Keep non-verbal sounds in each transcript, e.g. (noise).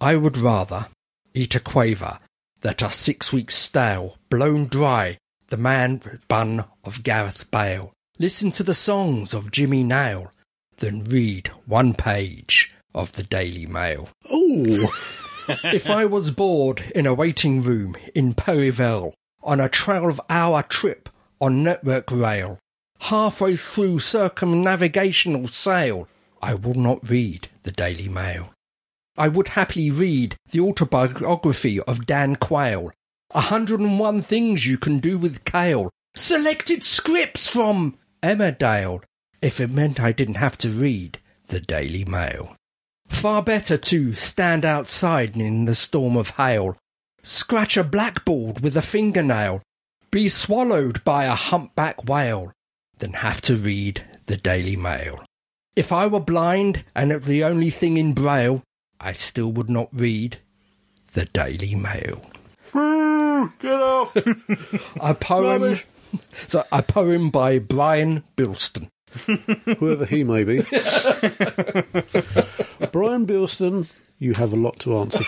I would rather eat a quaver that are six weeks stale, blown dry, the man bun of Gareth Bale, listen to the songs of Jimmy Nail, than read one page of the Daily Mail. Oh, (laughs) if I was bored in a waiting room in Perivale on a 12 hour trip on Network Rail, halfway through circumnavigational sail, I will not read the Daily Mail. I would happily read the autobiography of Dan Quayle, 101 Things You Can Do with Kale, selected scripts from Emmerdale, if it meant I didn't have to read the Daily Mail. Far better to stand outside in the storm of hail, scratch a blackboard with a fingernail, be swallowed by a humpback whale, than have to read the Daily Mail. If I were blind and it were the only thing in braille, I still would not read the Daily Mail. get off! A poem, Rubbish. (laughs) so a poem by Brian Bilston. (laughs) Whoever he may (laughs) be. Brian Bilston, you have a lot to answer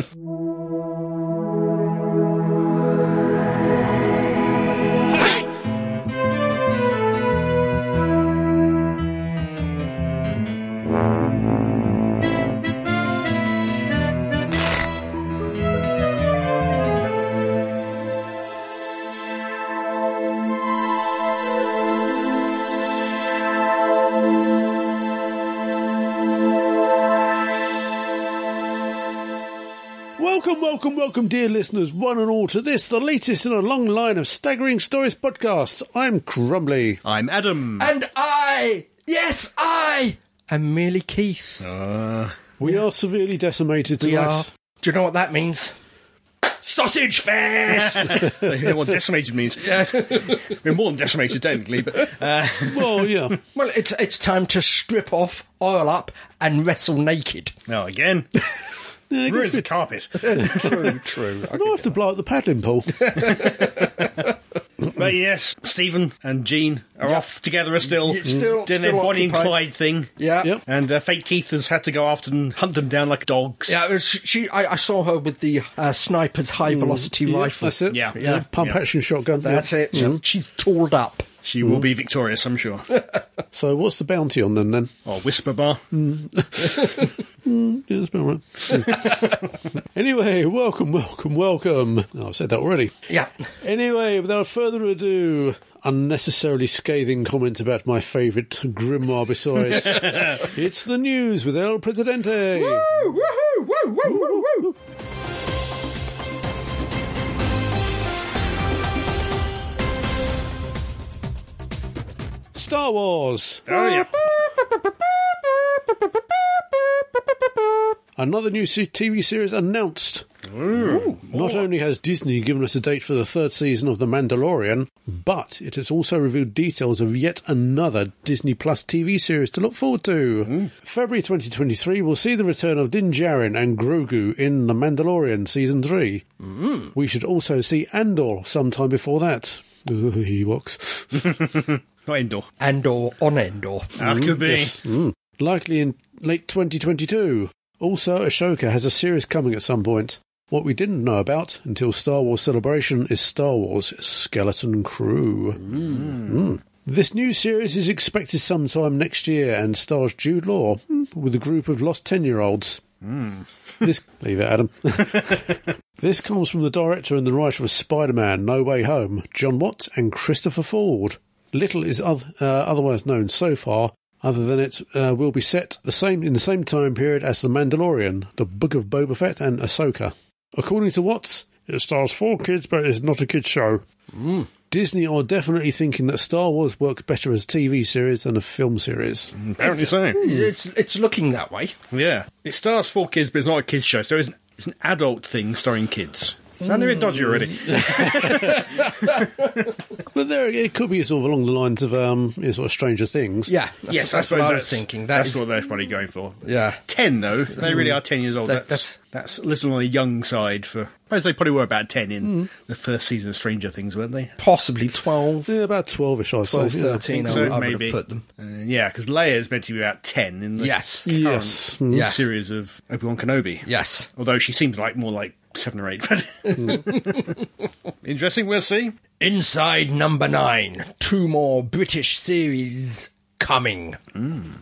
(laughs) for. welcome, welcome, welcome, dear listeners, one and all, to this, the latest in a long line of staggering stories podcasts. I'm Crumbly. I'm Adam. And I, yes, I am merely Keith. Uh. (laughs) We are severely decimated we tonight. are. Do you know what that means? Sausage fest. They know what decimated means. (laughs) We're more than decimated technically, but uh, (laughs) Well, (laughs) yeah. (laughs) well, it's it's time to strip off, oil up, and wrestle naked. no, again, Yeah, it gets ruins a the bit- carpet. (laughs) True, (laughs) true. I have to blow up the (laughs) paddling pool. But yes, Stephen and Jean are off together are still. It's still- doing their still Bonnie and occupied. Clyde thing. Yeah. Yep. And uh, Fake Keith has had to go after and hunt them down like dogs. Yeah, it was- she. she- I, I saw her with the uh, sniper's high velocity Yeah, rifle. That's it. Yeah. Yeah. Pump action shotgun. That's Yeah. it. She's, she's tooled up. She Mm-hmm. will be victorious, I'm sure. So, what's the bounty on them then? or Whisper Bar. Yeah, that's about (laughs) right. (laughs) anyway, welcome, welcome, welcome. Oh, I've said that already. Yeah. Anyway, without further ado, unnecessarily scathing comments about my favourite (laughs) grimoire besides. it's the news with El Presidente. Woo, woohoo, woo, woo, woo, woo. Star Wars. Oh, yeah. Another new se- TV series announced. Not only has Disney given us a date for the third season of The Mandalorian, but it has also revealed details of yet another Disney Plus TV series to look forward to. February 2023 will see the return of Din Djarin and Grogu in The Mandalorian Season 3. We should also see Andor sometime before that. (laughs) Ugh, Ewoks. Mm. (laughs) Not indoor. Endor on Endor. That could be. Yes. Mm. Likely in late 2022. Also, Ashoka has a series coming at some point. What we didn't know about until Star Wars Celebration is Star Wars Skeleton Crew. Mm. This new series is expected sometime next year and stars Jude Law mm, with a group of lost 10 year olds. Mm. (laughs) this leave it, Adam. this comes from the director and the writer of Spider-Man: No Way Home, John Watts and Christopher Ford. Little is oth- uh, otherwise known so far, other than it uh, will be set the same in the same time period as The Mandalorian, The Book of Boba Fett, and Ahsoka. According to Watts, it stars four kids, but it's not a kids show. Mm. Disney are definitely thinking that Star Wars works better as a TV series than a film series. Mm. Apparently so. It's, it's looking that way. Yeah. It stars four kids, but it's not a kids' show, so it's an, it's an adult thing starring kids. And they're in dodgy already. But there, it could be sort of along the lines of um, you know, sort of Stranger Things. Yeah, that's, yes, I that's suppose what I was that's, thinking. That that's is- what they're probably going for. Yeah. Ten though, they really are ten years old. That- that's, that's a little on the young side for. I suppose they probably were about ten Hmm. in the first season of Stranger Things, weren't they? Possibly 12, Yeah, about twelve-ish, I'd 12 say. yeah. 13, I, So would, I would maybe. have put them. Uh, yeah, because Leia's meant to be about ten in the Yes. Yes. Mm. Yeah. series of Obi Wan Kenobi. Yes. Although she seems like more like seven or eight. Hmm. (laughs) Interesting. We'll see. Inside number nine, two more British series coming.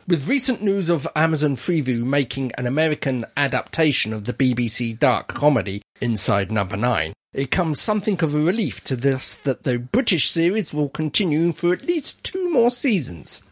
With recent news of Amazon Freeview making an American adaptation of the BBC dark comedy Inside Number Nine, it comes something of a relief to this that the British series will continue for at least two more seasons.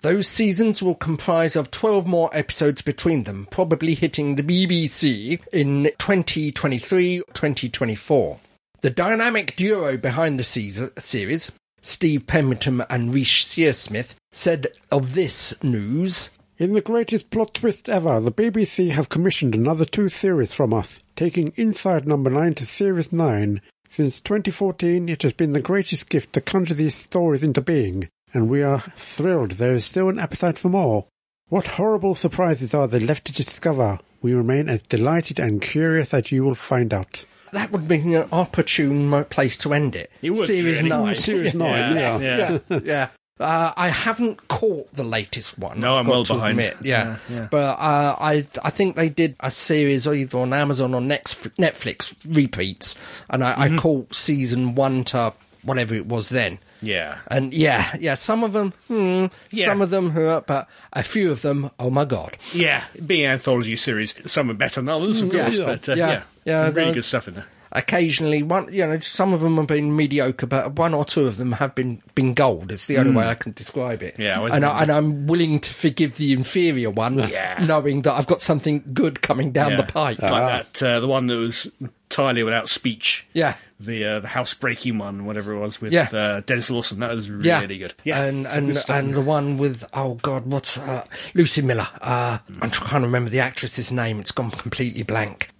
Those seasons will comprise of 12 more episodes between them, probably hitting the BBC in 2023 2024. The dynamic duo behind the seas- series, Steve Pemberton and Reesh Searsmith, said of this news, In the greatest plot twist ever, the BBC have commissioned another two series from us, taking Inside Number 9 to Series 9. Since 2014, it has been the greatest gift to conjure these stories into being, and we are thrilled there is still an appetite for more. What horrible surprises are there left to discover? We remain as delighted and curious as you will find out. that would be an opportune mo- place to end it. It would, series really. nine. Series 9, yeah. Yeah. yeah, (laughs) yeah. Uh, I haven't caught the latest one. No, I've I'm got well to behind. admit, Yeah, Yeah, yeah. but uh, I I think they did a series either on Amazon or next Netflix repeats, and I, Mm-hmm. I caught season one to whatever it was then. Yeah. And yeah, yeah, some of them, hmm, Yeah. some of them hurt, but a few of them, oh my god. Yeah, being an anthology series, some are better than others, of Yeah. course. But uh, Yeah. yeah, Yeah, some really they're- good stuff in there. Occasionally, one, you know, some of them have been mediocre, but one or two of them have been been gold. It's the only way I can describe it. Hmm. Yeah, I was and I, and wondering. I'm willing to forgive the inferior ones, Yeah. knowing that I've got something good coming down Yeah. the pipe. Like that, uh, the one that was entirely without speech. Yeah. The uh, the house breaking one, whatever it was, with Yeah. uh, Dennis Lawson. That was really yeah, good. and some good and stuff. and the one with oh god, what's uh, Lucy Miller? Uh, I'm trying to remember the actress's name. It's gone completely blank.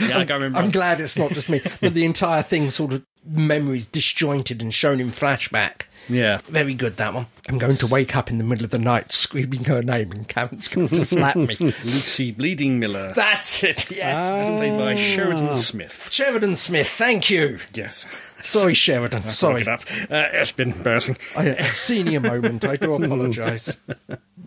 yeah, I can't remember. I'm glad it's not (laughs) just me, but the entire thing sort of memories disjointed and shown in flashback. yeah. Very good, that one. I'm going to wake up in the middle of the night screaming her name and Karen's going to slap (laughs) me. Lucy Bleeding Miller, That's Ah. it, yes. played by Sheridan Smith. Sheridan Smith, thank you. Yes, Sorry, Sheridan, sorry. Look it up. Uh, it's been embarrassing. I, a senior moment, I (laughs) do apologise.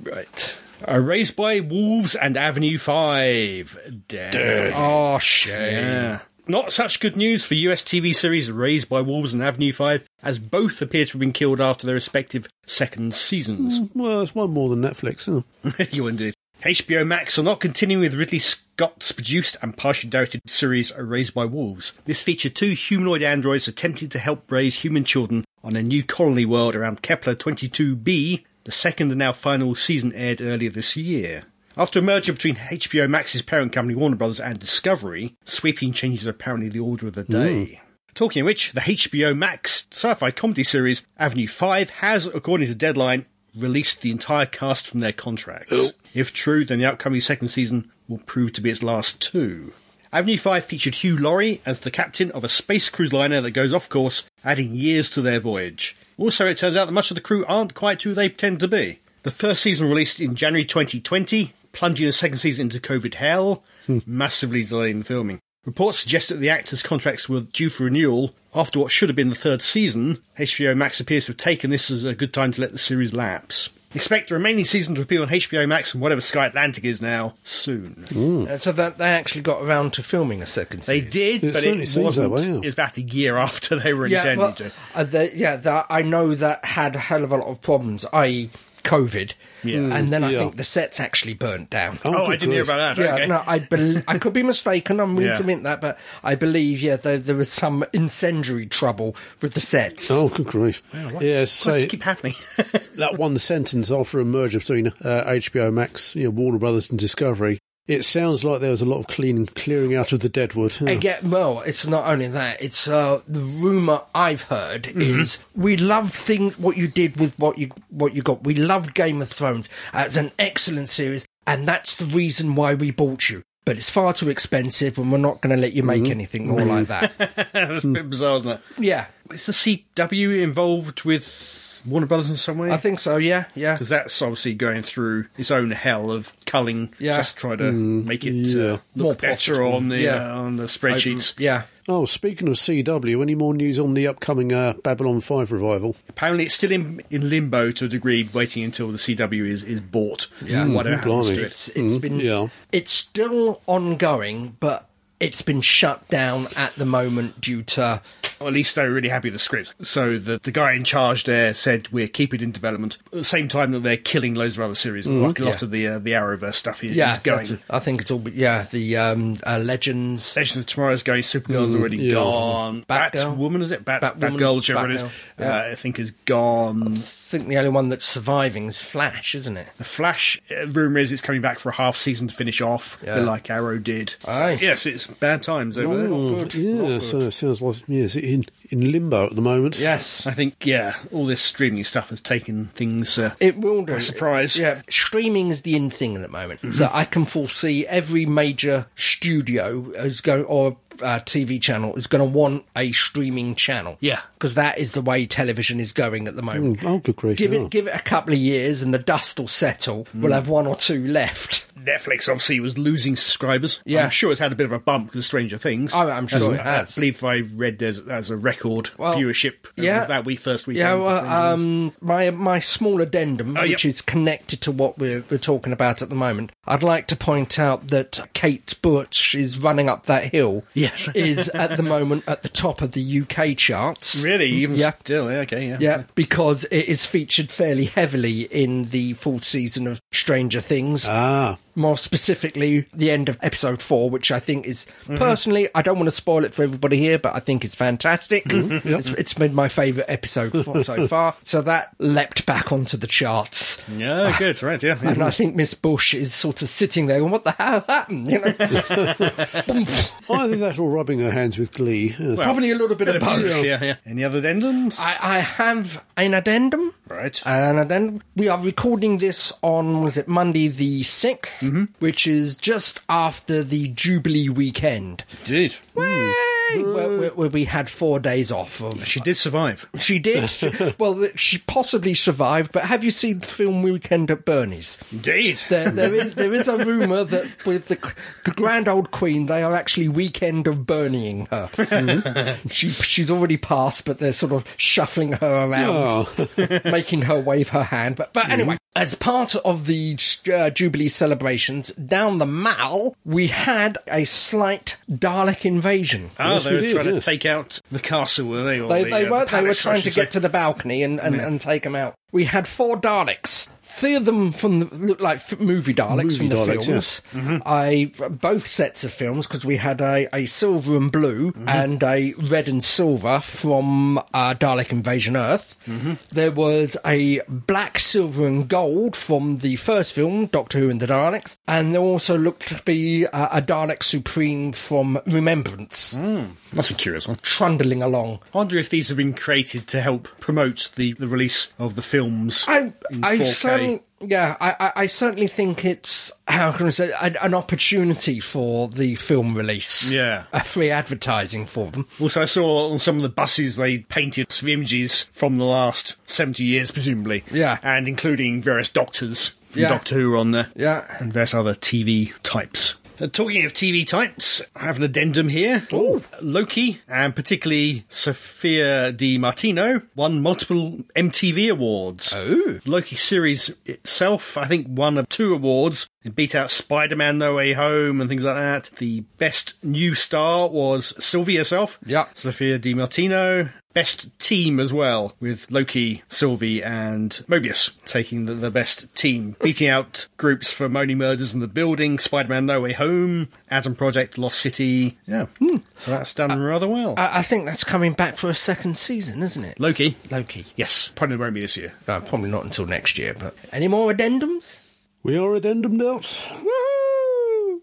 Right. Uh, raised by Wolves and Avenue 5. Dead. Oh, shame. Yeah. Not such good news for US TV series Raised by Wolves and Avenue 5, as both appear to have been killed after their respective second seasons. Well, it's one more than Netflix. Huh? (laughs) you indeed. HBO Max are not continuing with Ridley Scott's produced and partially directed series Raised by Wolves. This featured two humanoid androids attempting to help raise human children on a new colony world around Kepler 22b. The second and now final season aired earlier this year. After a merger between HBO Max's parent company Warner Brothers and Discovery, sweeping changes are apparently the order of the day. Talking of which, the HBO Max sci-fi comedy series Avenue 5 has, according to Deadline, released the entire cast from their contracts. If true, then the upcoming second season will prove to be its last two. Avenue 5 featured Hugh Laurie as the captain of a space cruise liner that goes off course, adding years to their voyage. Also, it turns out that much of the crew aren't quite who they pretend to be. The first season released in January 2020, plunging the second season into COVID hell, Hmm. massively delaying filming. Reports suggest that the actors' contracts were due for renewal after what should have been the third season. HBO Max appears to have taken this as a good time to let the series lapse. Expect the remaining season to appear on HBO Max and whatever Sky Atlantic is now soon. Uh, So that they actually got around to filming a second They season. did, It but certainly it seems that wasn't. way, yeah. It was about a year (laughs) after they were yeah, intended well, to. uh, the, yeah the, I know that had a hell of a lot of problems, i.e., COVID. Yeah. And then I Mm, yeah. think the sets actually burnt down. Oh, good I didn't hear grief. about that. Yeah, okay. no, I bel I could be mistaken. (laughs) I'm willing Yeah. to admit that, but I believe yeah, there, there was some incendiary trouble with the sets. Oh, good grief. yeah, Why does so it keep happening. (laughs) that one sentence after a merger between uh, HBO Max, you know, Warner Brothers, and Discovery, it sounds like there was a lot of clean clearing out of the deadwood. huh? Hmm. Again, well, it's not only that. It's uh, the rumor I've heard Mm-hmm. is we love thing what you did with what you what you got. We love Game of Thrones. Uh, it's an excellent series, and that's the reason why we bought you. but it's far too expensive and we're not going to let you make Mm-hmm. anything more like (laughs) that. That's Hmm. a bit bizarre, isn't it? yeah, Is the CW involved with Warner Brothers in some way? I think so. Yeah, yeah. because that's obviously going through its own hell of culling, Yeah. just try to make it Mm. yeah. uh, look More better profitable, on the yeah. uh, on the spreadsheets. Um, Yeah. Oh, speaking of CW, any more news on the upcoming uh, Babylon 5 revival? Apparently, it's still in, in limbo to a degree, waiting until the CW is, is bought. Yeah. Mm, whatever happens blimey. to it. It's it's been yeah. it's still ongoing, but it's been shut down at the moment due to Or at least they were really happy with the script. So the the guy in charge there said we're keeping it in development at the same time that they're killing loads of other series, like a Mm. lot Yeah. of the uh, the Arrowverse stuff. Is, yeah. is going. that's- I think it's all but yeah the um, uh, legends. Sessions of Tomorrow's going. Supergirl's already yeah. gone. Mm, Batgirl. Batwoman is it? Bat, Batwoman, Batgirl, whichever it is, Batgirl, yeah. uh, I think is gone. I think the only one that's surviving is Flash, isn't it? The Flash, uh, rumour is it's coming back for a half season to finish off, Yeah. like Arrow did. Aye. Yes, it's bad times over there. Oh, good, Yeah, not so it sounds like yes, in, in limbo at the moment. Yes, I think, yeah, all this streaming stuff has taken things. Uh, it will do. surprise. Yeah, streaming is the in thing at the moment, Mm-hmm. so I can foresee every major studio is going or. Uh, TV channel is going to want a streaming channel, Yeah. because that is the way television is going at the moment. Oh, good grief. Give yeah. Mm. it give it a couple of years and the dust will settle. We'll have one or two left. Netflix obviously was losing subscribers. Yeah. I'm sure it's had a bit of a bump because Stranger Things. Oh, I'm sure That's- it has. I believe I read there's as a record Well, viewership. of yeah. that week first weekend. Yeah, for well, Stranger Things. um, my my small addendum, Oh, yep. which is connected to what we're, we're talking about at the moment, I'd like to point out that Kate Butch is running up that hill. Yes. (laughs) is at the moment at the top of the UK charts. really, even yeah. still, yeah, okay, yeah, Yeah, because it is featured fairly heavily in the fourth season of Stranger Things. Ah, more specifically the end of episode four, which I think is personally, I don't want to spoil it for everybody here, but I think it's fantastic. It's, it's been my favourite (laughs) episode f- so far. So that leapt back onto the charts. Ah. yeah, good, right, yeah. And I think Miss Bush is sort of sitting there going, what the hell happened? (laughs) You know? Boomf. I think that's all rubbing her hands with glee. Yes. Probably a little bit of both. yeah, yeah. Any other addendums? I, I have an addendum. right. And then we are recording this on, was it Monday the 6th, which is just after the Jubilee weekend. Indeed. Yay! Where, where, where we had four days off of. She did survive. She did. well, that she possibly survived. But have you seen the film Weekend at Bernie's? Indeed. There, there is there is a rumor that with the, the grand old queen, they are actually Weekend of Bernieing her. (laughs) she she's already passed, but they're sort of shuffling her around Oh, (laughs) making her wave her hand. But, but anyway, as part of the uh, Jubilee celebrations down the Mall, we had a slight Dalek invasion. Ah, Yes, they we were did, trying yes. to take out the castle, were they? Or They, the, they uh, were the they were palace, I trying to should get say. to the balcony and, and, and take them out. We had four Daleks. Three of them from the, look like f- movie Daleks from the Movie Daleks, Mm-hmm. films. I both sets of films because we had a, a silver and blue Mm-hmm. and a red and silver from uh, Dalek Invasion Earth. Mm-hmm. There was a black, silver, and gold from the first film Doctor Who and the Daleks, and there also looked to be uh, a Dalek Supreme from Remembrance, Hmm? That's a curious one. trundling along. I wonder if these have been created to help promote the, the release of the films. I, in I 4K. certainly, yeah, I, I, I certainly think it's how can I say an, an opportunity for the film release. Yeah. a free advertising for them. Also, I saw on some of the buses they painted some images from the last 70 years, presumably. Yeah. And including various doctors from Yeah. Doctor Who on there. Yeah. And various other TV types. Uh, talking of TV types, I have an addendum here. Ooh. Loki, and particularly Sophia Di Martino, won multiple MTV awards. Ooh. Loki series itself, I think, won of two awards. It beat out Spider Man No Way Home and things like that. The best new star was Sylvie herself. Yeah. Sophia Di Martino. Best team as well, with Loki, Sylvie, and Mobius taking the, the best team, beating out groups for Moni Murders in the Building, Spider Man No Way Home, Adam Project, Lost City. Yeah. Hmm. So that's done Uh, rather well. I, I think that's coming back for a second season, isn't it? Loki. Loki. Yes. Probably won't be this year. No, uh, probably not until next year. But any more addendums? we are addendum out. Woohoo!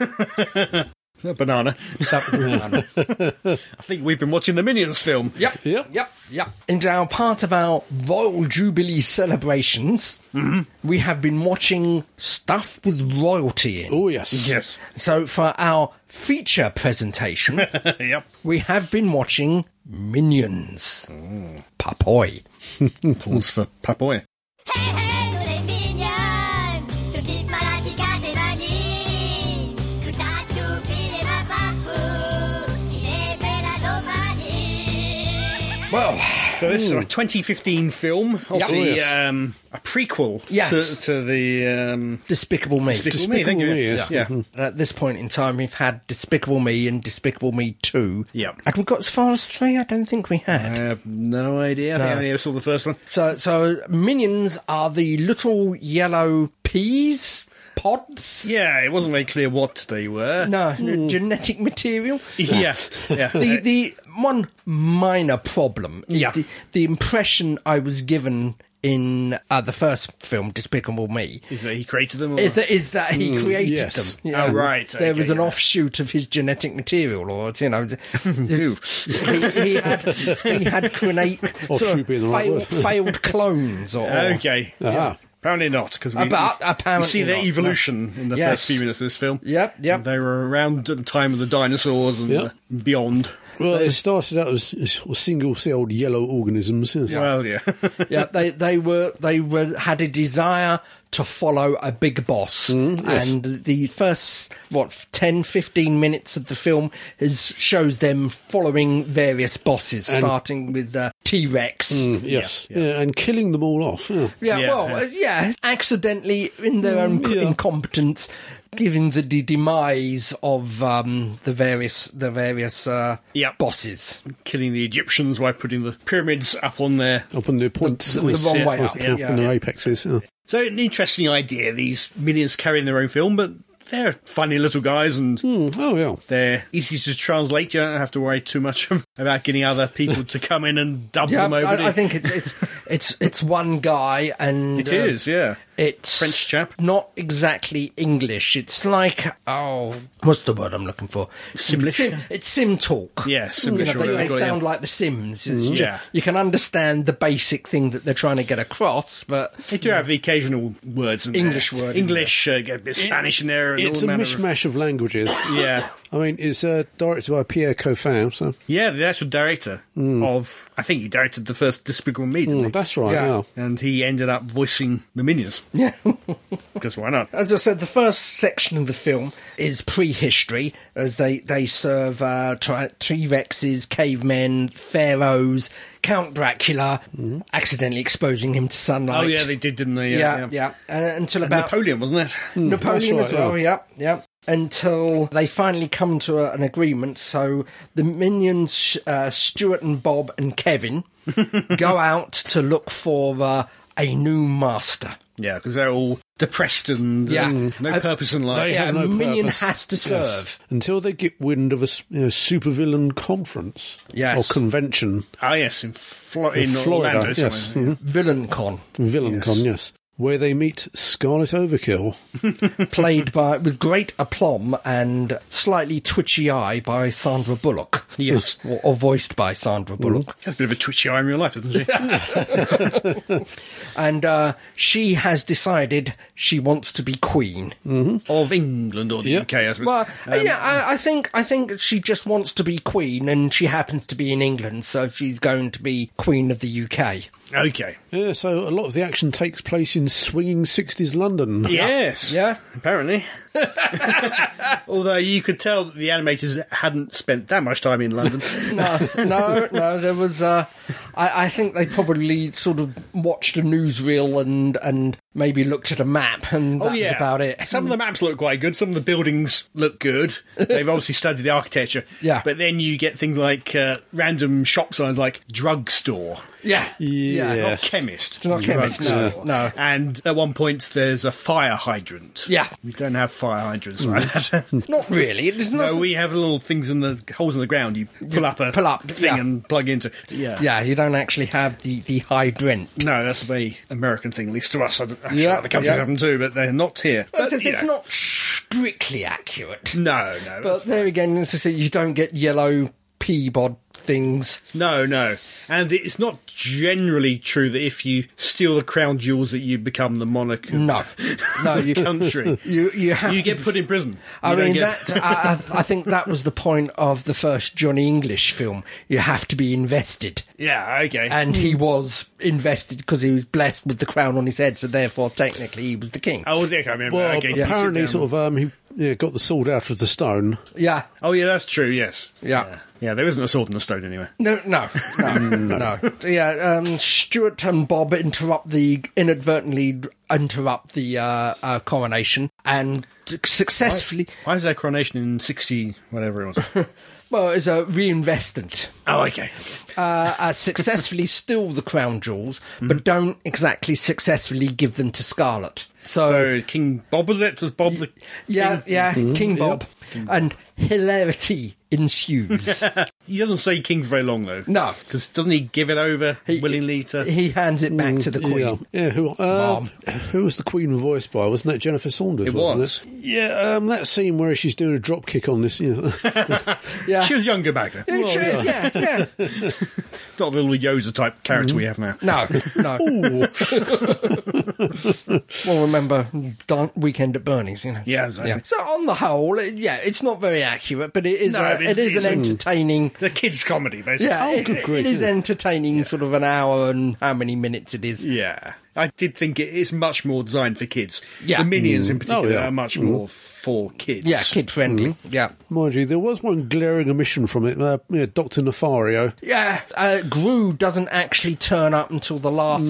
A banana. (laughs) That was the one. I think we've been watching the Minions film. Yep. Yep. Yep. Yep. And now, part of our Royal Jubilee celebrations, we have been watching stuff with royalty in. Oh, yes. Yes. So, for our feature presentation, (laughs) yep. we have been watching Minions. Papoy. Pause for Papoy. Hey, hey, tous les mignons, ce petit fanatique des manies. Tout à tout, il est ma parcours, il est mélanomanie. Well, So this is a 2015 film, obviously Oh, yes. um, a prequel Yes. to, to the um, Despicable Me. Mm-hmm. Despicable Despicable, Me. Thank you. Me, yes. Yeah. And at this point in time, we've had Despicable Me and Despicable Me 2. Yeah. Had we got as far as 3? I don't think we had. I have no idea. I think I No. only ever saw the first one. So, so minions are the little yellow peas pods. Yeah, it wasn't very clear what they were. No, Hmm. genetic (laughs) material. (laughs) Yeah, yeah. The the one minor problem is Yeah. the, the impression I was given in uh, the first film, Despicable Me. is that he created them? Or? Is that, is that he created them? yes. Oh, Yeah. right, There okay, was an yeah. offshoot of his genetic material, or you know, (laughs) it's- he, he had he had create sort Offshoot of being the right failed, word. failed clones, (laughs) or okay. Uh-huh. Ah. Apparently not, because we, About- we- Uh, apparently we see their not, no. evolution in the Yes. first few minutes of this film. Yep, yep. They were around at the time of the dinosaurs and Yeah. uh, beyond. Well, it started out as as single-celled yellow organisms. Yes. Well, yeah. (laughs) yeah, they they were they were had a desire to follow a big boss, and the first what 10, 15 minutes of the film is shows them following various bosses, starting with uh, T Rex. Yes. Yeah. and killing them all off. Yeah. Yeah, Yeah. well, uh, yeah, accidentally in their own yeah. incompetence, giving the, the demise of um, the various the various uh, Yeah. bosses Killing the Egyptians by putting the pyramids up on their Up on the points. The, wrong way up, yeah. on Yeah. their apexes. yeah. So an interesting idea. These minions carrying their own film, but they're funny little guys and Mm, Oh, yeah. they're easy to translate. You don't have to worry too much (laughs) about getting other people to come in and dub Yeah, them over. do I, you? I think it's it's it's it's one guy, and it uh, is. Yeah, It's French chap. Not exactly English. It's like oh, what's the word I'm looking for? Simlish. Sim, it's sim talk. Yeah, You Simlish know, or they, whatever they you call it, yeah. Mm-hmm. sound like the Sims. It's ju- Yeah. you can understand the basic thing that they're trying to get across, but they do have the occasional words in there. English word in English, uh, get a bit of Spanish in there, and It's a all manner of- mishmash of languages. Yeah, I mean, it's uh, directed by Pierre Coffin, so yeah. The actual director Hmm. of, I think he directed the first Despicable Me, didn't Mm, he? that's right. Yeah. Yeah. And he ended up voicing the minions (laughs) yeah. because why not? As I said, the first section of the film is prehistory, as they they serve uh, T Rexes, cavemen, pharaohs, Count Dracula, accidentally exposing him to sunlight. Mm-hmm. Oh yeah, they did, didn't they? yeah, yeah. Uh, until about Hmm. Napoleon, wasn't it? Napoleon Mm, That's as right, well. Yeah, yeah. Until they finally come to a, an agreement, so the minions uh, Stuart and Bob and (laughs) Kevin go out to look for uh, a new master. Yeah, because they're all depressed and Yeah. um, no I- purpose in life. They Yeah, have no a minion purpose. has to Yes. serve. Until they get wind of a s- you know, supervillain conference Yes. or convention Ah, yes, in, Flo- in, in Florida. Orlando. yes, Hmm. somewhere. Villain Con, mhm. villain Yes. con. Yes, where they meet Scarlet Overkill. played by with great aplomb and slightly twitchy eye by Sandra Bullock, Yes. (laughs) or, or voiced by Sandra Bullock. Mm. (laughs) She has a bit of a twitchy eye in real life, doesn't she? (laughs) And uh, she has decided she wants to be queen. (laughs) of England or the Yep. UK, I suppose. Well, Um, yeah, I, I think I think she just wants to be queen, and she happens to be in England, so she's going to be queen of the UK. Okay. Yeah, so a lot of the action takes place in swinging sixties London. Yes. Yeah. (laughs) Apparently. Although you could tell that the animators hadn't spent that much time in London. (laughs) No, no, no. There was. Uh, I, I think they probably sort of watched a newsreel and and maybe looked at a map, and that was about it. Oh, Some of the maps look quite good. Some of the buildings look good. (laughs) They've obviously studied the architecture. Yeah. But then you get things like uh, random shop signs like drugstore. yeah, yeah, Yes. Not chemist. Not chemist, no, Drugstore. no. And at one point, there's a fire hydrant. Yeah. Mm. We don't have fire hydrants like (laughs) that. Not really. It's not. no, we have little things in the holes in the ground. You pull up a pull up, thing yeah. and plug into. Yeah. yeah, you don't actually have the the hydrant. No, that's a very American thing, at least to us. I'm I'm Yeah, sure other countries yeah. have them too, but they're not here. But, it's you it's know, not. Shh, strictly accurate. No, no. But that's- there again, as I said, you don't get yellow peabod things. No, no. And it's not generally true that if you steal the crown jewels that you become the monarch of No, no, you the country. You you have (laughs) you to get put in prison. I You don't mean, get- (laughs) that uh, I, I I think that was the point of the first Johnny English film. You have to be invested, Yeah, okay. and he was invested because he was blessed with the crown on his head, so therefore technically he was the king. oh, was it? I remember. Well, okay, so you sit apparently, down. sort of, um, he yeah, got the sword out of the stone. Yeah, Oh, yeah, that's true, yes. Yeah. Yeah, Yeah, there isn't a sword in a stone anywhere. no, no, no, no. Yeah, um, Stuart and Bob interrupt the inadvertently interrupt the uh, uh, coronation and successfully. Why was that coronation in 60, whatever it (laughs) was? Well, it's a reinvestment. oh, okay. uh, uh, (laughs) successfully steal the crown jewels, but don't exactly successfully give them to Scarlet. So, So, King Bob was it? Was Bob the. yeah, yeah, King Bob, and hilarity (laughs) ensues. He doesn't say king for very long, though. No. Because doesn't he give it over He- willingly to. he hands it back to the queen. Mm, Yeah, yeah. Who? Uh, Mom. Who was the queen voiced by? Wasn't that Jennifer Saunders? It wasn't was. It? Yeah, um, that scene where she's doing a drop kick on this. You know, (laughs) Yeah. She was younger back then. Sure, yeah, yeah. Not the little Yoda type character we have now. No, (laughs) no. well, remember Dan- weekend at Bernie's, you know. Yeah, exactly. So on the whole, it- yeah, it's not very accurate, but it is No, a- but it it's- is an it's a- entertaining The kids' comedy, basically. Yeah, it- Oh, good it- grief, it is isn't it? entertaining, sort of an hour and how many minutes it is. Yeah. I did think it is much more designed for kids. Yeah. The minions in particular yeah. are much more for kids. Yeah, kid friendly. Mm. Yeah. mind you, there was one glaring omission from it. Uh, yeah, Doctor Nefario. Yeah, uh, Gru doesn't actually turn up until the last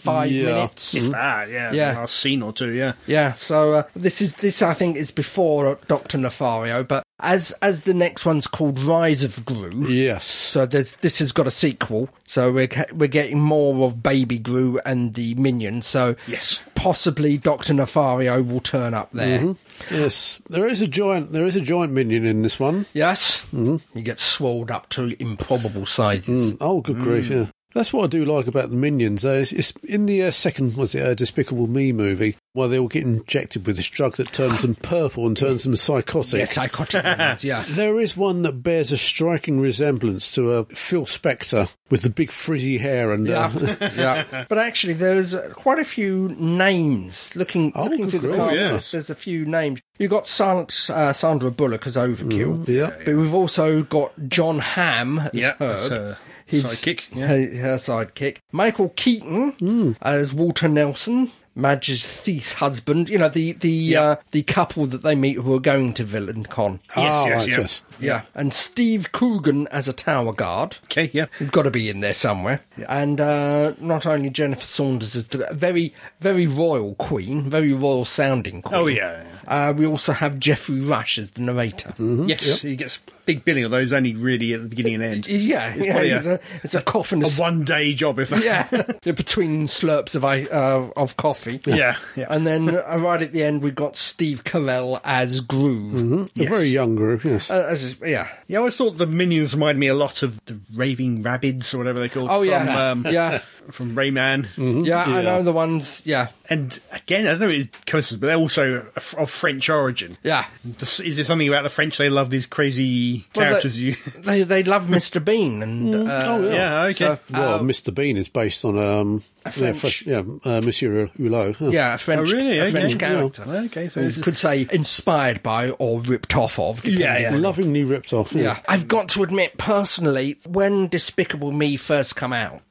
five Mm, yeah. minutes. Ah, yeah. Yeah. The last scene or two, yeah. Yeah, so uh, this is this I think is before Doctor Nefario, but as as the next one's called Rise of Gru, Yes. so there's this has got a sequel. So we're ca- we're getting more of Baby Gru and the Minion. So Yes. possibly Doctor Nefario will turn up there. Mm-hmm. yes, there is a giant. There is a giant minion in this one. Yes, Mm-hmm. he gets swelled up to improbable sizes. Oh, good grief! Yeah, that's what I do like about the minions. Uh, it's, it's in the uh, second was it a Despicable Me movie where they all get injected with this drug that turns them purple and turns them psychotic. Yeah, psychotic. ones, (laughs) yeah. There is one that bears a striking resemblance to uh, Phil Spector with the big frizzy hair and uh, yeah, yeah. But actually, there's uh, quite a few names. Looking Oh, looking through good the grief, cast yes. list, there's a few names. You've got Silent, uh, Sandra Bullock as Overkill. (laughs) yeah. But we've also got John Hamm as Yeah, Herb. that's her His- sidekick, yeah. Her, her sidekick. Michael Keaton Mm. as Walter Nelson. Madge's thief's husband, you know the the uh, the couple that they meet who are going to Villain Con, Yes, Ah, yes, right, yeah. yes. yeah, and Steve Coogan as a tower guard. Okay, yeah. It's got to be in there somewhere. And uh, not only Jennifer Saunders is the very, very royal queen, very royal sounding queen. Oh, yeah. Mm-hmm. Uh, we also have Jeffrey Rush as the narrator. Yes, he gets a big billing of those only really at the beginning (laughs) and end. Yeah, It's yeah, probably it's a- a, it's a coffin. A of- one day job, if that. (laughs) yeah, between slurps of i- uh, of coffee. Yeah, yeah. And then uh, right at the end, we got Steve Carell as Groove. Mm-hmm. A very Yes. young group, yes. Uh, as, yeah. (laughs) Yeah, I always thought the minions reminded me a lot of the Raving Rabbids or whatever they're called. Oh, from, yeah. Um, yeah. From Rayman. Yeah, I Yeah. know the ones. Yeah. And again, I don't know if it's coincidence, but they're also of- of French origin. Yeah. This- Is there something about the French they love these crazy Well, they- characters? (laughs) you They, they love Mr. Bean. and uh, Oh, yeah. yeah, okay. Uh, so- well, Mr. Bean is based on um, yeah, French- fresh, yeah, uh, Monsieur Hulot. huh. Yeah, a French, Oh, really? a Okay. French Yeah. character. Okay, so You this is- could say inspired by or ripped off of. depending Yeah, yeah. on- lovingly ripped off. Yeah. I've got to admit, personally, when Despicable Me first come out,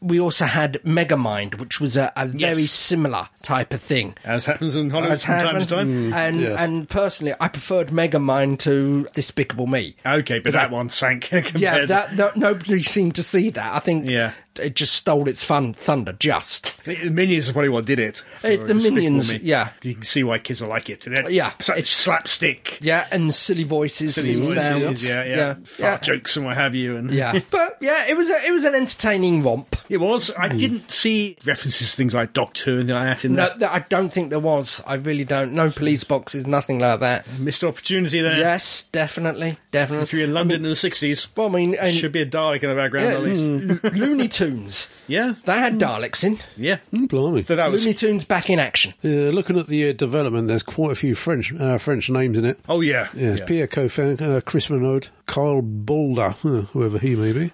we also had Megamind, which was a, a very Mm-hmm. Yes. similar type of thing. as happens in Hollywood As from time Mm. to happened. time. and yes. and personally, I preferred Megamind to Despicable Me. Okay, but that one sank (laughs) compared. Yeah, to- that no, nobody seemed to see that. I think Yeah. it just stole its fun thunder. Just the Minions are probably what did it. Eh, for the Despicable Minions, Me. yeah. you can see why kids will like it. And then Yeah, such it's- slapstick, yeah, and silly voices, silly silly, voices, sounds, yeah, yeah, yeah. fart jokes and what have you. And Yeah, but yeah, it was a, it was an entertaining romp. (laughs) it was. I Hmm. didn't see references to things like Doctor Who and like that in No, that. th- I don't think there was. I really don't. No police boxes, nothing like that. Missed opportunity there. Yes, definitely, If definitely. you're in London in the sixties, Well, I mean, and, should be a Dalek in the background yeah, hmm. at least. Lo- Looney Tunes. Yeah, They had Daleks in. yeah. Mm, blimey. So Hmm. that was. Looney Tunes back in action. Yeah, looking at the uh, development, there's quite a few French uh, French names in it. Oh yeah, Yeah, it's (laughs) Pierre Coffin, uh, Chris Renaud, Kyle Balder, huh, whoever he may (laughs) be.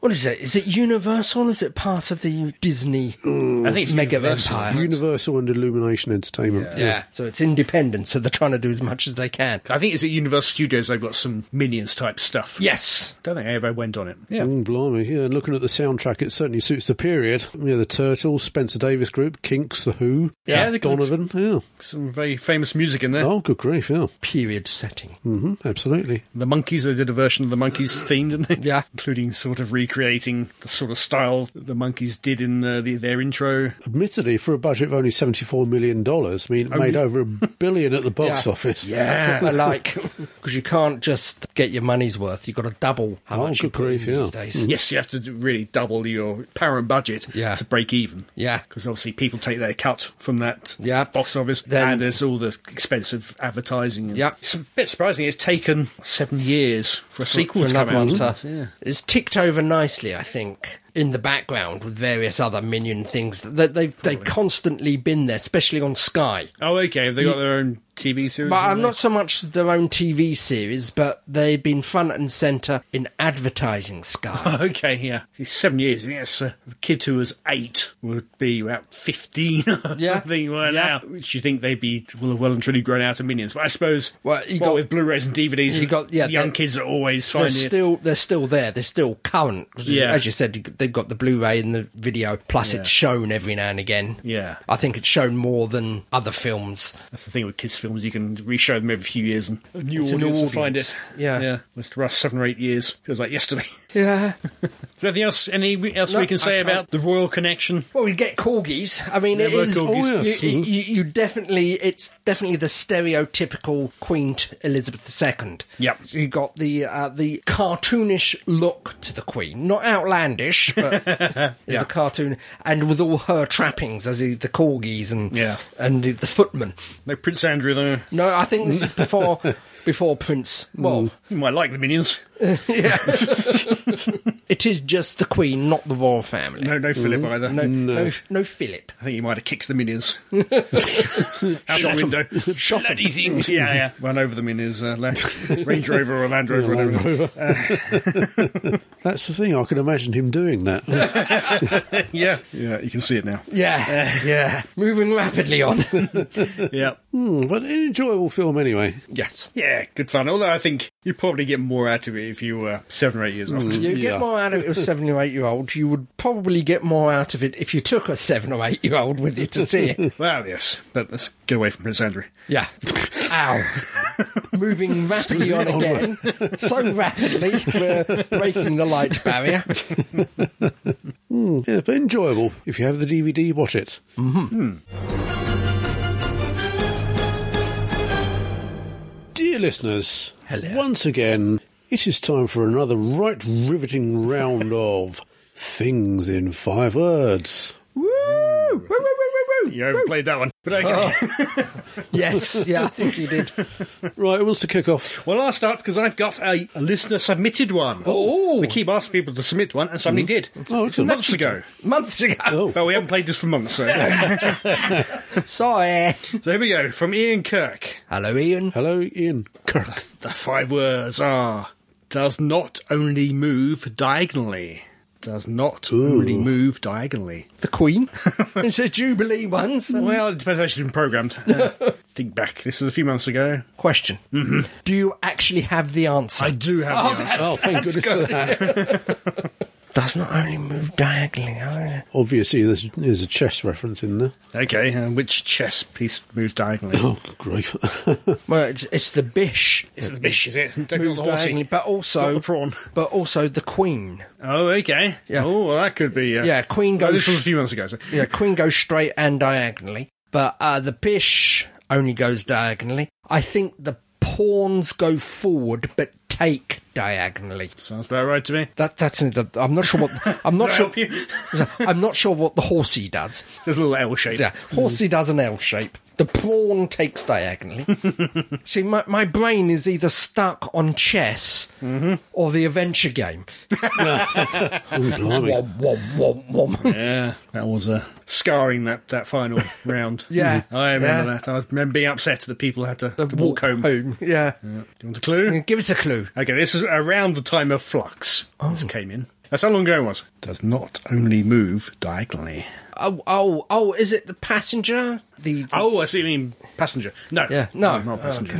What is it? Is it Universal? Is it part of the Disney? I think it's Mega Universal. Vampire. Universal and Illumination Entertainment. Yeah. Yeah. So it's independent, so they're trying to do as much as they can. I think it's at Universal Studios. They've got some minions type stuff. Yes. Don't think I ever went on it. Yeah. Mm, blimey, yeah. And looking at the soundtrack, it certainly suits the period. Yeah, the Turtles, Spencer Davis Group, Kinks, The Who, Yeah, they got Donovan. Yeah. some very famous music in there. Oh, good grief, yeah. Period setting. hmm absolutely. The Monkeys, they did a version of the Monkeys theme, didn't they? Yeah. Including sort of recreating the sort of style that the Monkeys did in uh, the, their intro. Admittedly, for a budget of only $74 million, I mean, it made over a billion at the box Yeah. office. That's what they (laughs) like. Because you can't just get your money's worth. You've got to double how Oh, much you good put in grief, these yeah. Mm. days. Yes, you have to do- really double your parent budget Yeah. to break even. Yeah. Because obviously people take their cut from that Yeah. box office, Then- and there's all the expensive advertising. and- Yeah. It's a bit surprising. It's taken seven years for a sequel for to another come out. one to- It's ticked over nicely, I think, in the background with various other minion things. That they've they've constantly been there, especially on Sky. Oh, okay. Have they got their own TV series? But haven't I'm they? not so much their own TV series, but they've been front and centre in advertising (laughs) Sky. Okay, yeah. He's seven years. Yes, a uh, kid who was eight would be about 15. Yeah. (laughs) I think right Yeah. now. Which you think they'd be well, have well and truly grown out of minions. But I suppose, Well, you what got- with Blu rays and DVDs, you got- yeah, young they're- kids are always They're finding it. still they're still there. They're still current. 'Cause Yeah. As you said, you- they've got the Blu-ray and the video. Plus, Yeah. it's shown every now and again. Yeah. I think it's shown more than other films. That's the thing with kids' films. You can re-show them every few years and a new It's a new audience will find audience. it. Yeah. Yeah. Whereas the last seven or eight years feels like yesterday. (laughs) Is Yeah. there anything else, any else No, we can I say can't. about the royal connection? Well, we get corgis. I mean, it There were is. corgis. Oh, yes. You, you, you- you definitely, it's definitely the stereotypical Queen t- Elizabeth II. Yep. You got the uh, the cartoonish look to the Queen, not outlandish, (laughs) but it's a cartoon, and with all her trappings, as the, the corgis and Yeah. and the, the footman. No Prince Andrew, though. No, I think this is before before Prince. Well, You might like the minions. yeah, (laughs) it is just the Queen, not the royal family. No, no Philip either. no, no, no Philip. I think he might have kicked the minions out the window. Shot Bloody things. (laughs) Yeah, yeah. Run over them in his uh, Land- Range Rover or Land Rover, whatever. it was. (laughs) That's the thing, I can imagine him doing that. Yeah, yeah. You can see it now. Yeah, yeah. Moving rapidly on. (laughs) Yeah, Hmm, but an enjoyable film anyway. yes. yeah. Good fun. Although I think you probably get more out of it if you were seven or eight years old. You Yeah. get more out of it with a seven or eight year old. You would probably get more out of it if you took a seven or eight year old with you to see (laughs) it. Well, yes, but let's get away from Prince Andrew. Yeah. Ow. Moving rapidly on again. So rapidly, we're breaking the light barrier. Yeah, but enjoyable. If you have the DVD, watch it. Hmm. Dear listeners, Hello. once again, it is time for another right riveting round of things in five words. Woo! Woo, woo, woo, woo, woo. You overplayed that one. But okay. Yes, yeah, I think you (laughs) did. Right, who wants to kick off? Well, I'll start because I've got a, a listener submitted one. Oh. We keep asking people to submit one, and somebody did Oh, excellent. months ago. Months ago. But we haven't played this for months, so Sorry. so here we go from Ian Kirk. Hello, Ian. Hello, Ian Kirk. The five words are does not only move diagonally. Does not only move diagonally. The Queen. (laughs) It's a Jubilee one. so- Well, it depends how she's been (laughs) programmed. Uh, think back. This was a few months ago. Question. Do you actually have the answer? Mm-hmm. I do have Oh, the answer. that's- Oh, thank that's goodness for that. (laughs) does not only move diagonally. oh, I- Obviously, there's, there's a chess reference in there. Okay, uh, which chess piece moves diagonally? Oh, good (laughs) grief. Well, it's, it's the bish. it's the bish, is it? Moves Don't call it the horsey. diagonally, but also Not the prawn. But also the queen. Oh, okay. Yeah. Oh, well, that could be. Uh, Yeah, queen Oh, this goes. was a few months ago. So. yeah, queen goes straight and diagonally, but uh, the bish only goes diagonally. I think the pawns go forward but take diagonally. Sounds about right to me. That that's that, I'm not sure (laughs) what I'm not Can I sure help (laughs) you? I'm not sure what the horsey does. There's a little L shape. Yeah, horsey does an L shape. The The prawn takes (laughs) diagonally. See, my, my brain is either stuck on chess Mm-hmm. or the adventure game. Ooh, (laughs) blimey. Womp, womp, womp, (laughs) womp. Yeah, that was a scarring that that final (laughs) round. Hmm. Yeah. I remember Yeah. that. I remember being upset that the people had to, to walk home. Mm-hmm. Do Yeah. you want a clue? Give us a clue. Okay, this is around the time of flux. This came in. That's how long ago it was. Oh. Does not only move diagonally. Oh, oh, oh, is it the passenger? The, the- Oh, I see. You mean passenger? No, Oh, Yeah, no. not passenger.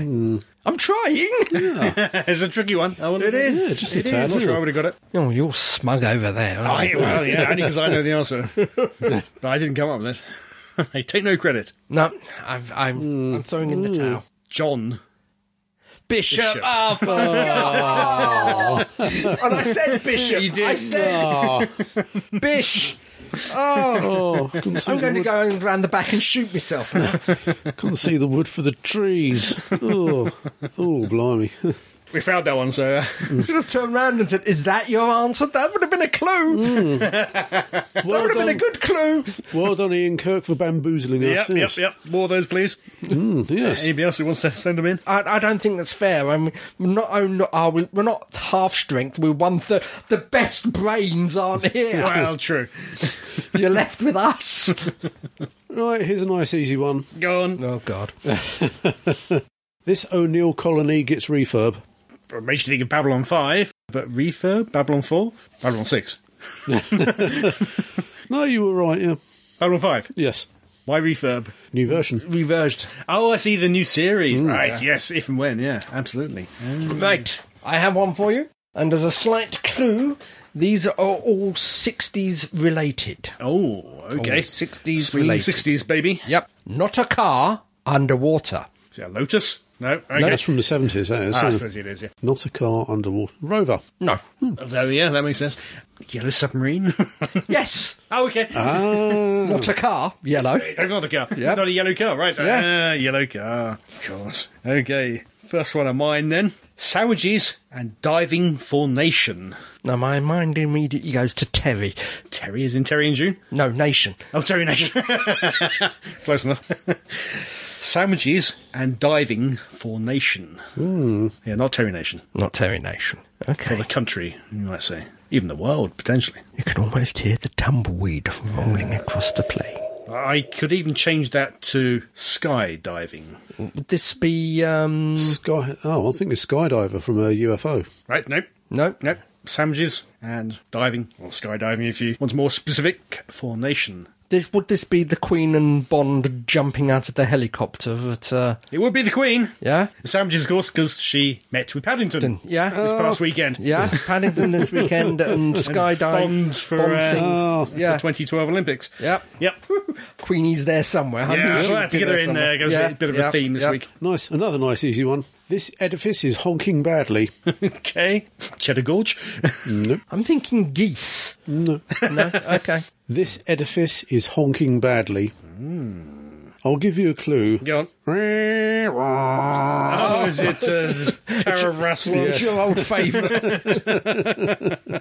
I'm trying. (laughs) it's a tricky one. I would've- It is. Yeah, just a It tad. I'm is. not sure I would have got it. Oh, you're smug over there. aren't I, you? well, yeah, only because I know the (laughs) answer. but I didn't come up with it. (laughs) I take no credit. No, I'm, I'm, I'm throwing in the towel. John. Bishop. Bishop. Oh, for God. and I said Bishop. You did. I said Ah, Bish. oh, couldn't see, I'm the going to wood, go around the back and shoot myself now. couldn't see the wood for the trees. Oh, oh blimey. (laughs) We found that one, so uh, (laughs) I could have turned around and said, Is that your answer? That would have been a clue. (laughs) that Well would have done, been a good clue. well done, Ian Kirk, for bamboozling yep, us. yep, yep. More of those, please. Mm, yes. Anybody else who wants to send them in? I, I don't think that's fair. I mean, we're not only are we, we're not half strength. We're one third. The best brains aren't here. (laughs) Well, true. (laughs) You're left with us. Right, here's a nice easy one. Go (laughs) on. Oh God. This O'Neill colony gets refurb. It makes you think of Babylon 5, but refurb? Babylon 4? Babylon (laughs) 6? No, you were right, yeah. Babylon 5. Yes. Why refurb? New version. Reverged. Oh, I see the new series. right, yes, if and when, yeah, absolutely. Right. I have one for you. And as a slight clue, these are all 60s related. Oh, okay. Oh, 60s Swing related. 60s, baby. Yep. Not a car, underwater. Is that a Lotus? No, okay. That's from the 70s, that is. Ah, isn't I it? suppose it is, yeah. Not Not a car underwater. Rover. No. There, yeah, that makes sense. Yellow submarine. (laughs) yes. oh, okay. (laughs) Ah, Not a car, yellow. I've got the car. Yeah. Not a yellow car, right? Yeah. Ah, yellow car. Of course. Okay. First one of mine then. Sandwiches and diving for nation. Now my mind immediately goes to Terry. Terry is in Terry and June. No, nation. Oh, Terry Nation. (laughs) Close enough. (laughs) Sandwiches and diving for nation. Yeah, not Terry Nation. Not Terry Nation. For the Okay. country, you might say. Even the world, potentially. You can almost hear the tumbleweed rolling across the plain. I could even change that to skydiving. Would this be, um, sky. Oh, I'm thinking skydiver from a UFO. Right? Nope. no? Nope. Sandwiches and diving, or skydiving if you want more specific, for nation. This, would this be the Queen and Bond jumping out of the helicopter at, uh, It would be the Queen. yeah? The sandwiches, of course, because she met with Paddington Yeah? Oh. this past weekend. Yeah, Paddington this weekend (laughs) and skydive. Bond for, uh, thing. Oh, yeah. The 2012 Olympics. Yep. Yep. (laughs) Queenie's there somewhere. I knew Yeah, she we'll would have be to get her in there. somewhere. Gives Yeah, a bit of yeah, a theme this yeah. week. (laughs) nice. Another nice easy one. This edifice is honking badly. okay. (laughs) Cheddar Gorge. I'm thinking geese. No. (laughs) no? Okay. this edifice is honking badly. I'll give you a clue. Hmm. Go on. Yes. Oh, is it (laughs) uh, Tara Russell? It's your old favourite.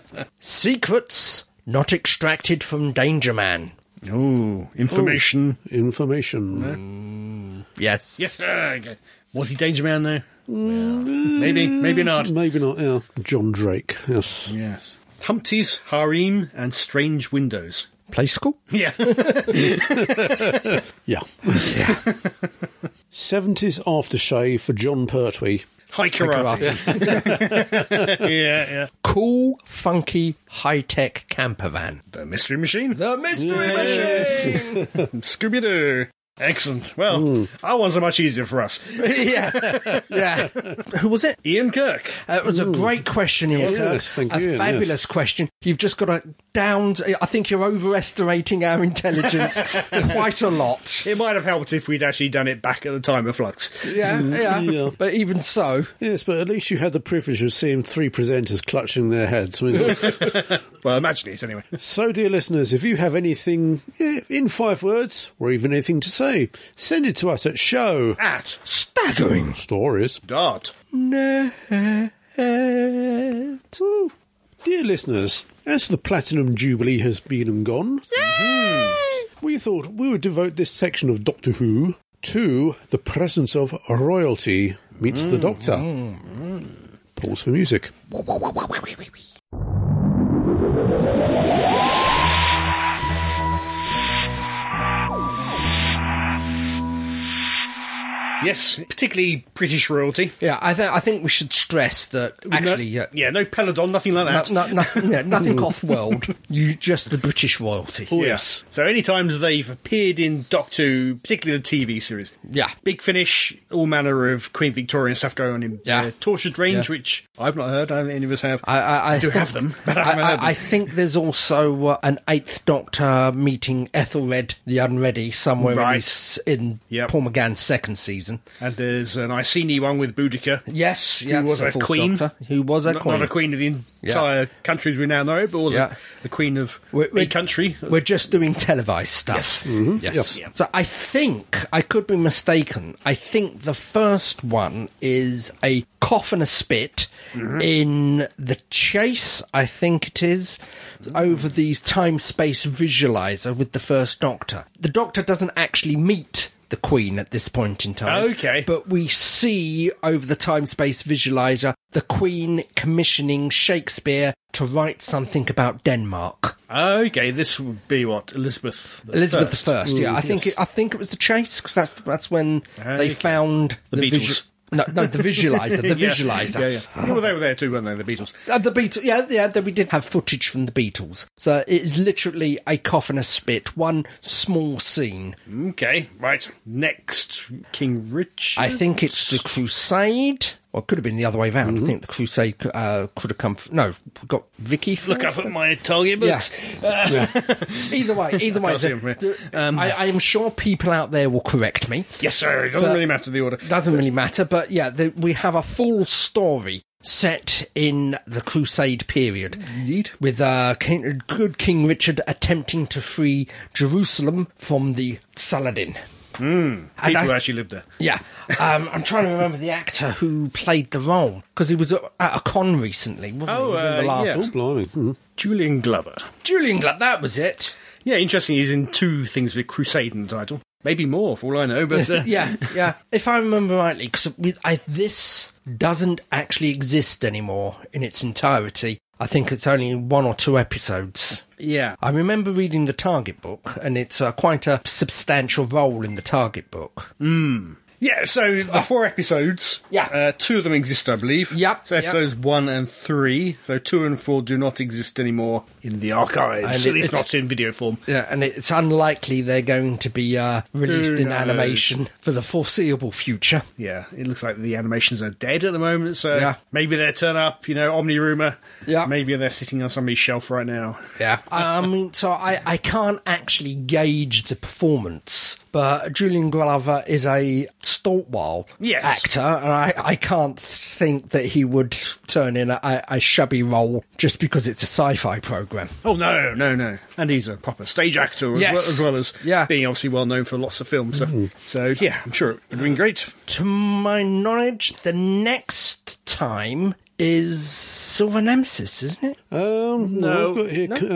(laughs) Secrets not extracted from Danger Man. Oh, information. Ah. Information. Yes. Yes. uh, okay. Was he Danger Man, though? Maybe. Maybe not. Maybe not. Yeah. John Drake. Yes. Yes. Humpty's harem and (laughs) strange windows. Play school? Yeah. Yeah. (laughs) Seventies aftershave for John Pertwee. High karate. (laughs) Yeah, yeah. Cool, funky, high tech camper van. The mystery machine. The Mystery Machine! Scooby Doo. Excellent. Well, our ones are much easier for us. (laughs) yeah. Yeah. Who was it? Ian Kirk. Uh, It was a great question, Ian. Yes, Kirk. thank a you, fabulous yes. question. You've just got to down. I think you're overestimating our intelligence quite a lot. It might have helped if we'd actually done it back at the time of Flux. Yeah, yeah, yeah. But even so, Yes, but at least you had the privilege of seeing three presenters clutching their heads. I (laughs) mean, Well, imagine it anyway. so, dear listeners, if you have anything eh, in five words or even anything to say, send it to us at show At staggering. stories. dot. Ooh. Dear listeners, as the Platinum Jubilee has been and gone, we thought we would devote this section of Doctor Who Two, the presence of royalty meets Mm, the doctor. Pause for music. Yes, particularly British royalty. Yeah, I, th- I think we should stress that actually, yeah, yeah, no Peladon, nothing like that. no, no, yeah, nothing off world. You just the British royalty. Oh, Yeah. yes. So any times they've appeared in Doctor Who, particularly the TV series, Yeah. Big Finish, all manner of Queen Victoria and stuff going on in Yeah. uh, Tortured Range, Yeah. which I've not heard. I don't think any of us have. I, I, I do think- have them, but I I, haven't heard them. I, I think there's also uh, an Eighth Doctor meeting Ethelred the Unready somewhere in, Right. his, in Yep. Paul McGann's second season. and there's an Iceni one with Boudica. Yes, yes, was the a fourth queen. Doctor, who was a not, queen. not a queen of the entire countries we now know, but was Yeah. the queen of We're- a we're- country. We're just doing televised stuff. Yes. Yes. So I think I could be mistaken. I think the first one is a cough and a spit in the chase. I think it is over the time space visualizer with the first Doctor. The Doctor doesn't actually meet. The Queen at this point in time. Okay. But we see over the time space visualizer the Queen commissioning Shakespeare to write something about Denmark. Okay, this would be what Elizabeth the Elizabeth First. the First, yeah. I think it, I think it was the Chase because that's that's when Ah, Okay. they found The Beatles. (laughs) no, no, the visualizer, the (laughs) Yeah, visualizer. Yeah, yeah. Well, they were there too, weren't they? The Beatles. Uh, the Beatles, yeah, yeah, that we did have footage from the Beatles. So it is literally a cough and a spit, one small scene. Okay, right. Next, King Richard. I think it's the Crusade, or it could have been the other way round. I think the Crusade uh, could have come. F- no, we got Vicky. Look first? up at my Italian Yeah. (laughs) books. either (laughs) way, either way, see him Um, from here. the- I, I am sure people out there will correct me. Yes, sir. It doesn't But- really matter the order. doesn't really matter, but yeah, the, we have a full story set in the Crusade period. Indeed. With uh, King, good King Richard attempting to free Jerusalem from the Saladin. And Hmm, People I- who actually lived there. Yeah. Um, I'm trying to remember the actor who played the role, because he was at, at a con recently, wasn't Oh, he? Within the uh, last- yeah. Oh, blimey. Mhm. Julian Glover. Julian Glatt, that was it. Yeah, interesting. He's in two things with Crusade in the title. Maybe more, for all I know. But uh, (laughs) yeah, yeah. If I remember rightly, because this doesn't actually exist anymore in its entirety. I think it's only one or two episodes. yeah. I remember reading the Target book, and it's uh, quite a substantial role in the Target book. Mm. Yeah, so the four episodes. Ah. Yeah. Uh, two of them exist, I believe. Yep, So yep. episodes one and three. So two and four do not exist anymore in the archives. And at it- least it's- not in video form. Yeah, and it's unlikely they're going to be uh, released Who in knows? animation for the foreseeable future. Yeah, it looks like the animations are dead at the moment, so Yeah. maybe they'll turn up, you know, Omni Rumour. Yeah. Maybe they're sitting on somebody's shelf right now. Yeah. um, so I, I can't actually gauge the performance, but Julian Glover is a stalwart Yes. actor, and I, I can't think that he would turn in a, a shabby role just because it's a sci fi program. Oh, no, no, no. And he's a proper stage actor as, Yes. well, as, well as Yeah. being obviously well known for lots of films. So, so, yeah, I'm sure it would have been great. To my knowledge, the next time is Silver Nemesis, isn't it? Oh, Um, no. Got here, uh, blah,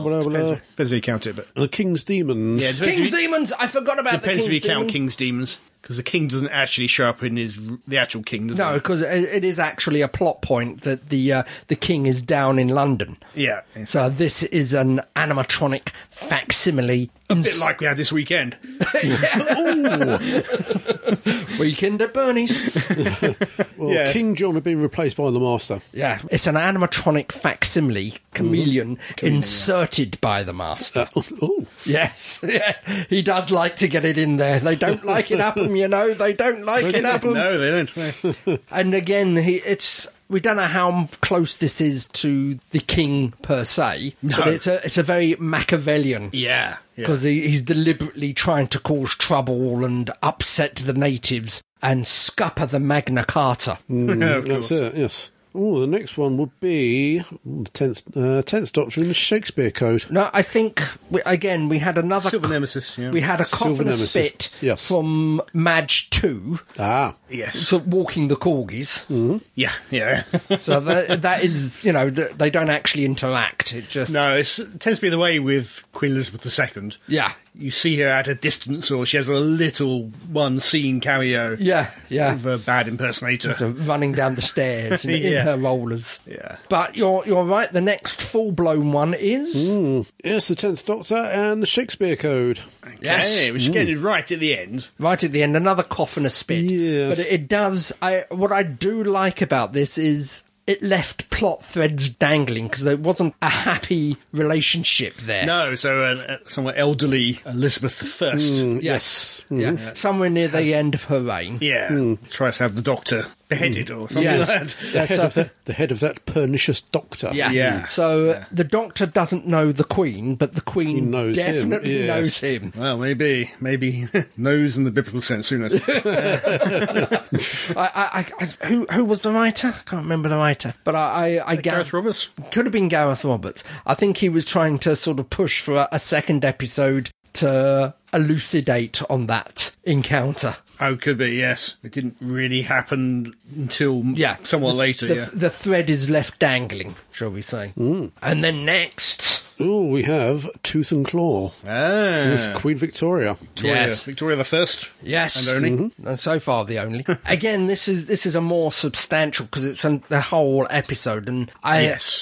blah, blah, blah. Depends, depends who you count it, but. The King's Demons. (laughs) Yeah, depends, King's who, Demons! I forgot about depends the who you King's count Demons. King's Demons, because the king doesn't actually show up in his the actual king, does No, he? because it it is actually a plot point that the uh, the king is down in London. Yeah. It's So this is an animatronic facsimile. a bit like we had this weekend. Oh! Weekend at Bernie's. Well, Yeah. King John had been replaced by the Master. (laughs) yeah, it's an animatronic facsimile chameleon inserted by the master. Uh, (laughs) oh, yes, (laughs) yeah, he does like to get it in there. They don't like it up 'em, you know. They don't like it up 'em. No, they (laughs) don't. And again, he, it's we don't know how close this is to the king per se, but it's a it's a very Machiavellian (laughs) yeah. yeah. because he, he's deliberately trying to cause trouble and upset the natives and scupper the Magna Carta. Mm. of course. that's it, yes. Oh, the next one would be ooh, the 10th, uh, 10th Doctor in the Shakespeare Code. No, I think we, again we had another Silver Nemesis, yeah. We had a cough Silver and a Nemesis, spit yes. from Madge Two, Ah, Yes. so walking the corgis. Mm. Yeah, yeah. (laughs) So that, that is, you know, th- they don't actually interact. It just no, it's, it tends to be the way with Queen Elizabeth II. Yeah. You see her at a distance, or she has a little one scene cameo Yeah, yeah. of a bad impersonator. So running down the stairs (laughs) in, in Yeah. her rollers. Yeah. But you're you're right. The next full blown one is Hmm. Yes, the Tenth Doctor and the Shakespeare Code. Yes. Okay, which again is right at the end. right at the end. Another cough and a spit. Yes. But it does. I what I do like about this is it left plot threads dangling because there wasn't a happy relationship there. No, so uh, somewhat elderly Elizabeth I. Hmm. Yes. Yeah. Somewhere near the end of her reign. Yeah, tries to have the doctor beheaded or something like Hmm. Yes. that. Yeah, Head so- of that, the head of that pernicious doctor. Yeah. Yeah. So the doctor doesn't know the queen, but the queen He knows him, definitely yes. knows (laughs) him. Well, maybe, maybe (laughs) nose in the biblical sense. (laughs) Who knows? I, I, I, I- who, who was the writer? I can't remember the writer, but I, I, I Gareth guess Roberts. could have been Gareth Roberts. I think he was trying to sort of push for a, a second episode to elucidate on that encounter. Oh, could be. Yes, it didn't really happen until Yeah. somewhat later. The, yeah. the thread is left dangling, shall we say? And then next, Ooh, we have Tooth and Claw. Ah. With Queen Victoria. Victoria, yes, Victoria the First. Yes, Oh, And only? and so far the only. (laughs) Again, this is this is a more substantial because it's an, the whole episode, and I oh, Yes.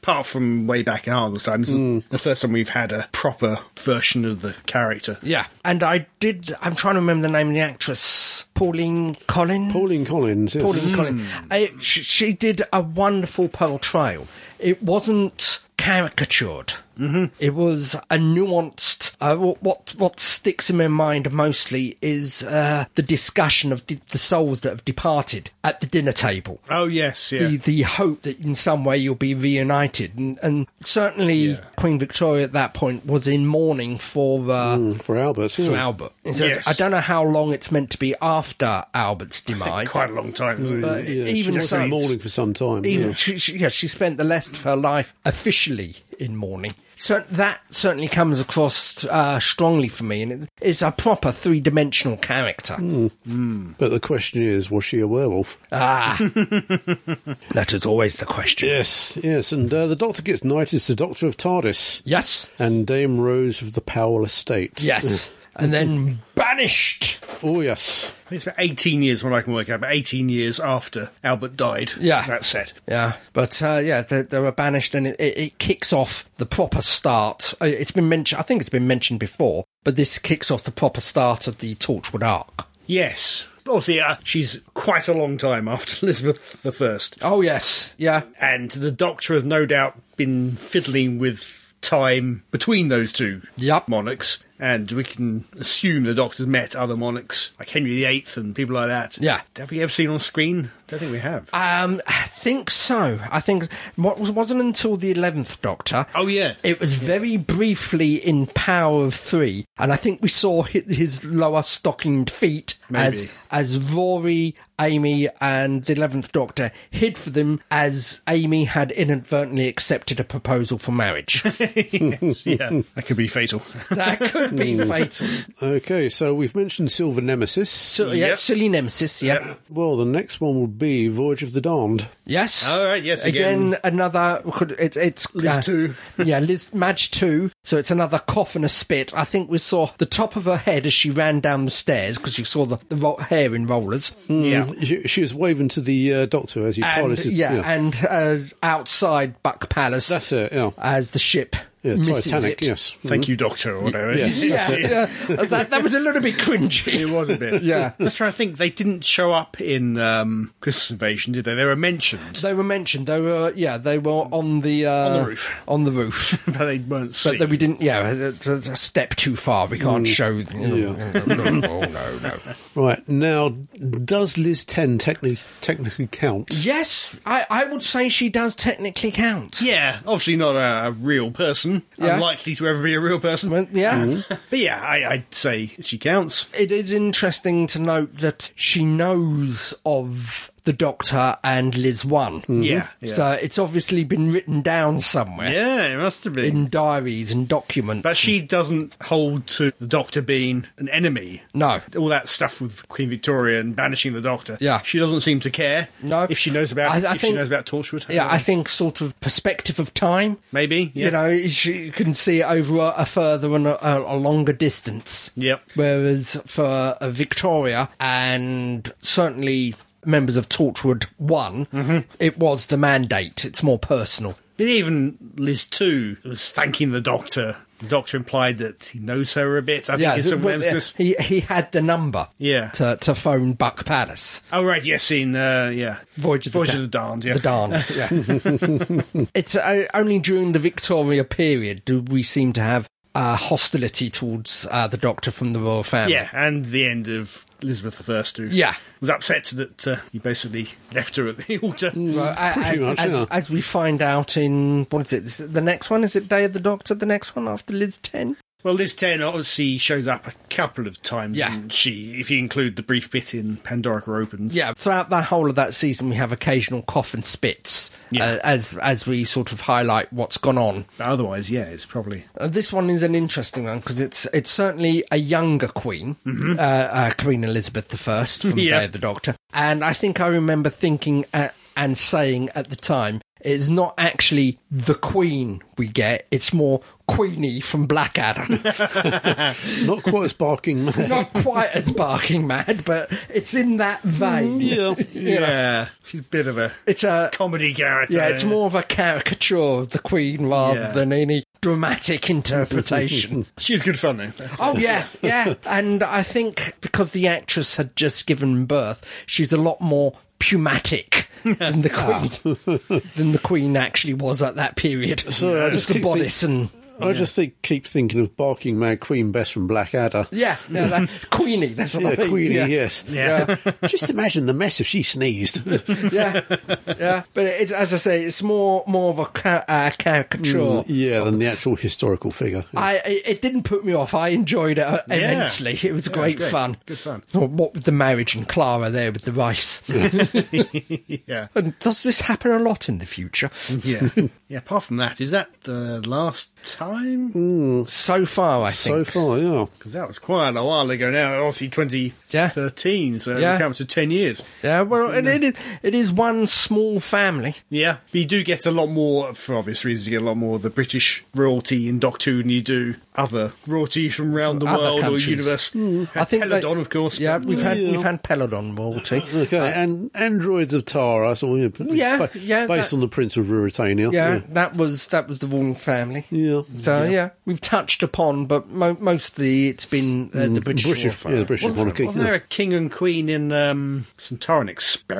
Apart from way back in Arnold's time, this Hmm. is the first time we've had a proper version of the character. yeah, and I did. I'm trying to remember the name of the actress, Pauline Collins. Pauline Collins. Yes. Pauline Collins. I, she, she did a wonderful portrayal. It wasn't caricatured. Mm-hmm. It was a nuanced. Uh, what, what what sticks in my mind mostly is uh, the discussion of de- the souls that have departed at the dinner table. Oh yes, yeah. the, the hope that in some way you'll be reunited. And, and certainly Yeah. Queen Victoria at that point was in mourning for, uh, Mm, For Albert. for yeah. Albert. And so Yes. I don't know how long it's meant to be after Albert's demise. Quite a long time. But Yeah, even she was so- in mourning for some time. Even, yeah. she, she, yeah, she spent the rest of her life officially in mourning. So that certainly comes across uh, strongly for me, and it, it's a proper three-dimensional character. Hmm. But the question is, was she a werewolf? Uh. Ah. (laughs) That is always the question. Yes, yes. And uh, the Doctor gets knighted as the Doctor of TARDIS Yes, and Dame Rose of the Powell Estate. yes, Hmm. and then banished. Oh, yes. I think it's about 18 years when I can work out, but 18 years after Albert died. Yeah. That's set. Yeah, but uh, yeah, they, they were banished, and it, it, it kicks off the proper start. Uh, It's been mentioned, I think it's been mentioned before, but this kicks off the proper start of the Torchwood arc. Yes. Obviously, uh, she's quite a long time after (laughs) Elizabeth the First, Oh yes, yeah, and the Doctor has no doubt been fiddling with time between those two Yup. monarchs, and we can assume the Doctor's met other monarchs like Henry VIII and people like that. Yeah. Have we ever seen on screen? Don't think we have. um, I think so. I think what was wasn't until the eleventh Doctor. oh yes. It was very briefly in Power of Three, and I think we saw hi- his lower stockinged feet as Maybe. as Rory, Amy, and the Eleventh Doctor hid for them as Amy had inadvertently accepted a proposal for (laughs) marriage. yes. yeah. That could be fatal. that could be fatal. Okay, so we've mentioned Silver Nemesis. So, yeah, Yep. silly nemesis. (laughs) Yeah. Well, the next one would be Voyage of the Damned. Yes. All right, yes, Again, again. another. could- It, it's uh, Liz two. (laughs) yeah, Liz Madge two. So it's another cough and a spit. I think we saw the top of her head as she ran down the stairs because you saw the, the ro- hair in rollers. (laughs) yeah. Mm. She, she was waving to the uh, Doctor as he And piloted. yeah, and as outside Buck Palace That's it, yeah. as the ship Yeah, uh, misses Titanic, it. yes. Thank you, Doctor, or whatever. (laughs) Yes. (laughs) Yeah, yeah. Uh, that, that was a little bit It (laughs) cringy. was a bit. Yeah. Just trying to think, they didn't show up in um, Christmas Invasion, did they? They were mentioned, They were mentioned. They were yeah. They were on the uh, on the roof. On the roof. but they weren't But seen. then we didn't, yeah, it's a- it's a step too far. We can't show. (laughs) no, no, no. Right, now, does Liz 10 technically, technically count? Yes, I, I would say she does technically count. yeah, obviously not a, a real person. Yeah. Unlikely to ever be a real person. Well, yeah. But yeah, I, I'd say she counts. It is interesting to note that she knows of the Doctor and Liz One. Yeah, yeah. So it's obviously been written down somewhere yeah, it must have been. in diaries and documents. But she doesn't hold to the Doctor being an enemy. No. All that stuff with Queen Victoria and banishing the Doctor. Yeah. She doesn't seem to care. No. If she knows about I- I if she think- knows about Torchwood. Yeah, I think sort of perspective of time. maybe. Yeah. You know, she can see it over a, a further and a, a longer distance. Yep. Whereas for uh, Victoria and certainly members of Torchwood one Mm-hmm. it was the mandate. It's more personal. But even Liz too was thanking the Doctor. The Doctor implied that he knows her a bit. I think in th- some well, instances. he he had the number. Yeah. To to phone Buck Palace. Oh right, yes, in uh, yeah, Voyage of the Voyage Da- of the Darned. Yeah, The (laughs) darn. Yeah. (laughs) it's uh, only during the Victoria period do we seem to have uh, hostility towards uh, the Doctor from the royal family. yeah, and the end of Elizabeth I, who Yeah. was upset that uh, he basically left her at the (laughs) altar. Well, Uh, a- Pretty as, much, as, yeah. as we find out in what is it? Is it the next one is it Day of the Doctor? The next one after Liz Ten? Well, Liz Ten obviously shows up a couple of times, Yeah. and she, if you include the brief bit in Pandora Opens, Yeah. Throughout the whole of that season, we have occasional cough and spits Yeah. uh, as as we sort of highlight what's gone on. Otherwise, yeah, it's probably Uh, this one is an interesting one because it's it's certainly a younger queen, uh, uh, Queen Elizabeth I (laughs) from Mm-hmm. Yeah. Day of the Doctor, and I think I remember thinking at, and saying at the time it's not actually the Queen we get; it's more Queenie from Blackadder. (laughs) Not quite as barking mad. not quite as barking mad, but it's in that vein. yeah. (laughs) yeah, she's a bit of a It's a comedy character. yeah, it's more of a caricature of the Queen rather Yeah. than any dramatic interpretation. (laughs) She's good fun though. That's- Oh yeah, yeah. And I think because the actress had just given birth, she's a lot more pumatic than (laughs) the Ah. queen than the queen actually was at that period. So I just the keep bodice and I just think, keep thinking of barking mad Queen Bess from Blackadder. yeah, no, that, (laughs) Queenie. That's what Yeah, I mean. Queenie, yeah. yes. yeah, Just imagine the mess if (laughs) she sneezed. Mm, yeah, yeah. But it's as I say, it's more more of a ca- uh, caricature. yeah, than the actual historical figure. I it- it didn't put me off. I enjoyed it uh, immensely. It was Yeah, it's great, fun. Good fun. Well, What with the marriage and Clara there with the rice. Yeah, (laughs) (laughs) and does this happen a lot in the future? yeah, yeah. Apart from that, is that the last time? Mm. So far, I so think. far, yeah. Because that was quite a while ago now. Obviously, twenty thirteen. So Yeah. it comes to ten years. Yeah, well, and it is it is one small family. Yeah, but you do get a lot more, for obvious reasons, you get a lot more of the British royalty in Doctor Who than you do other royalty from around the Other world countries. Hmm. or universe. Mm. I think that- Peladon, of course. Yeah, but- we've had Yeah. we've had Peladon royalty. Okay, Uh, and androids of Tara, so, yeah, Yeah, ba- yeah, based that- on the Prince of Ruritania. Yeah, that was that was the Vaughan family. yeah. So yeah. we've touched upon, but mo- mostly it's been uh, the British, royal British, family. yeah, the British monarchy. Wasn't there a king and queen in um, Centauran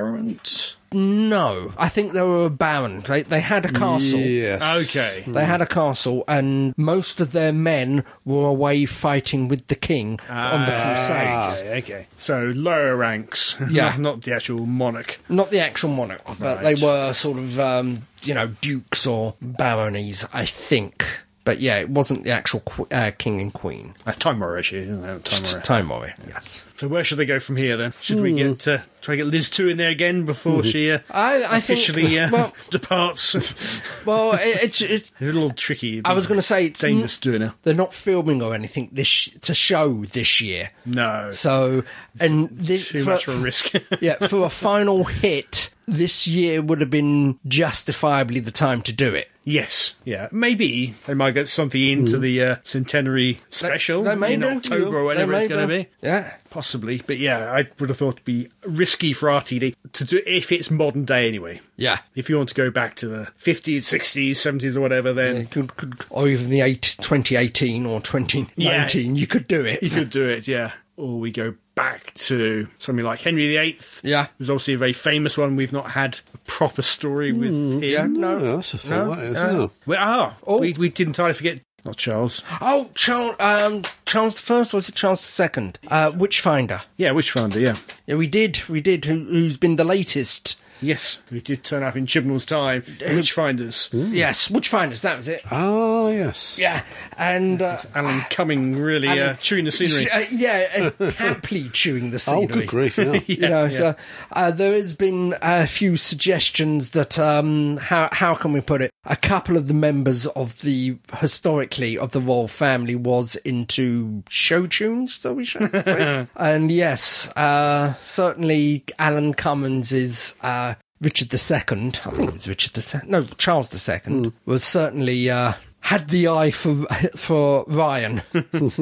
Experiment? No, I think they were a baron. They they had a castle. Yes. Okay. They had a castle, and most of their men were away fighting with the king on the Ah. Crusades. Okay, okay. So lower ranks, (laughs) Yeah. not, not the actual monarch. Not the actual monarch, but Right. they were sort of, um, you know, dukes or baronies, I think. But yeah, it wasn't the actual qu- uh, king and queen. That's Time Warrior, actually, isn't it? Time Warrior. Time warrior. Yes. So where should they go from here then? Should we get uh, try to get Liz two in there again (laughs) before she uh, Hmm. I- I think- officially uh, well- (laughs) departs? (laughs) Well, it, it's it, It's a little tricky. I was going to say it's it's dangerous doing it. They're not filming or anything this sh- to show this year. No, So, and thi- too for- (laughs) much of a risk. yeah, for a final hit, this year would have been justifiably the time to do it. (laughs) yes, yeah, maybe they might get something into the uh, centenary special They may in do. October They or whatever may it's going to do. be. Yeah. Possibly, but yeah, I would have thought it'd be risky for RTD to do if it's modern day anyway. Yeah. If you want to go back to the 50s, 60s, 70s, or whatever, then Could, could, or even the eight, 2018 or 2019, you could do it. you could do it, yeah. Or we go back to something like Henry VIII. Yeah. who's obviously a very famous one. We've not had a proper story with him. Mm, Yeah, Yeah, no. Oh, that's a thought, No, that is, no. yeah. We are. Oh. We, we did entirely forget. Not Charles. Oh, Charles, um, Charles the First or is it Charles the Second? Uh, Witchfinder. Yeah, Witchfinder, yeah. Yeah, we did, we did. Who, who's been the latest Yes, who did turn up in Chibnall's time, Witchfinders. Yes, Witchfinders, that was it. Ah, yes. Yeah, and uh, Alan Cumming really uh, chewing the scenery. Uh, (laughs) yeah, and happily chewing the scenery. Oh, good grief, (laughs) yeah. (laughs) you know, so uh, there has been a few suggestions that um, how how can we put it? A couple of the members of the historically of the royal family was into show tunes, so we should (laughs) say. and yes, uh, certainly Alan Cummins is. Uh, Richard II, I think it was Richard II, no, Charles II, Hmm. was certainly, uh, had the eye for, for (laughs) Ryan,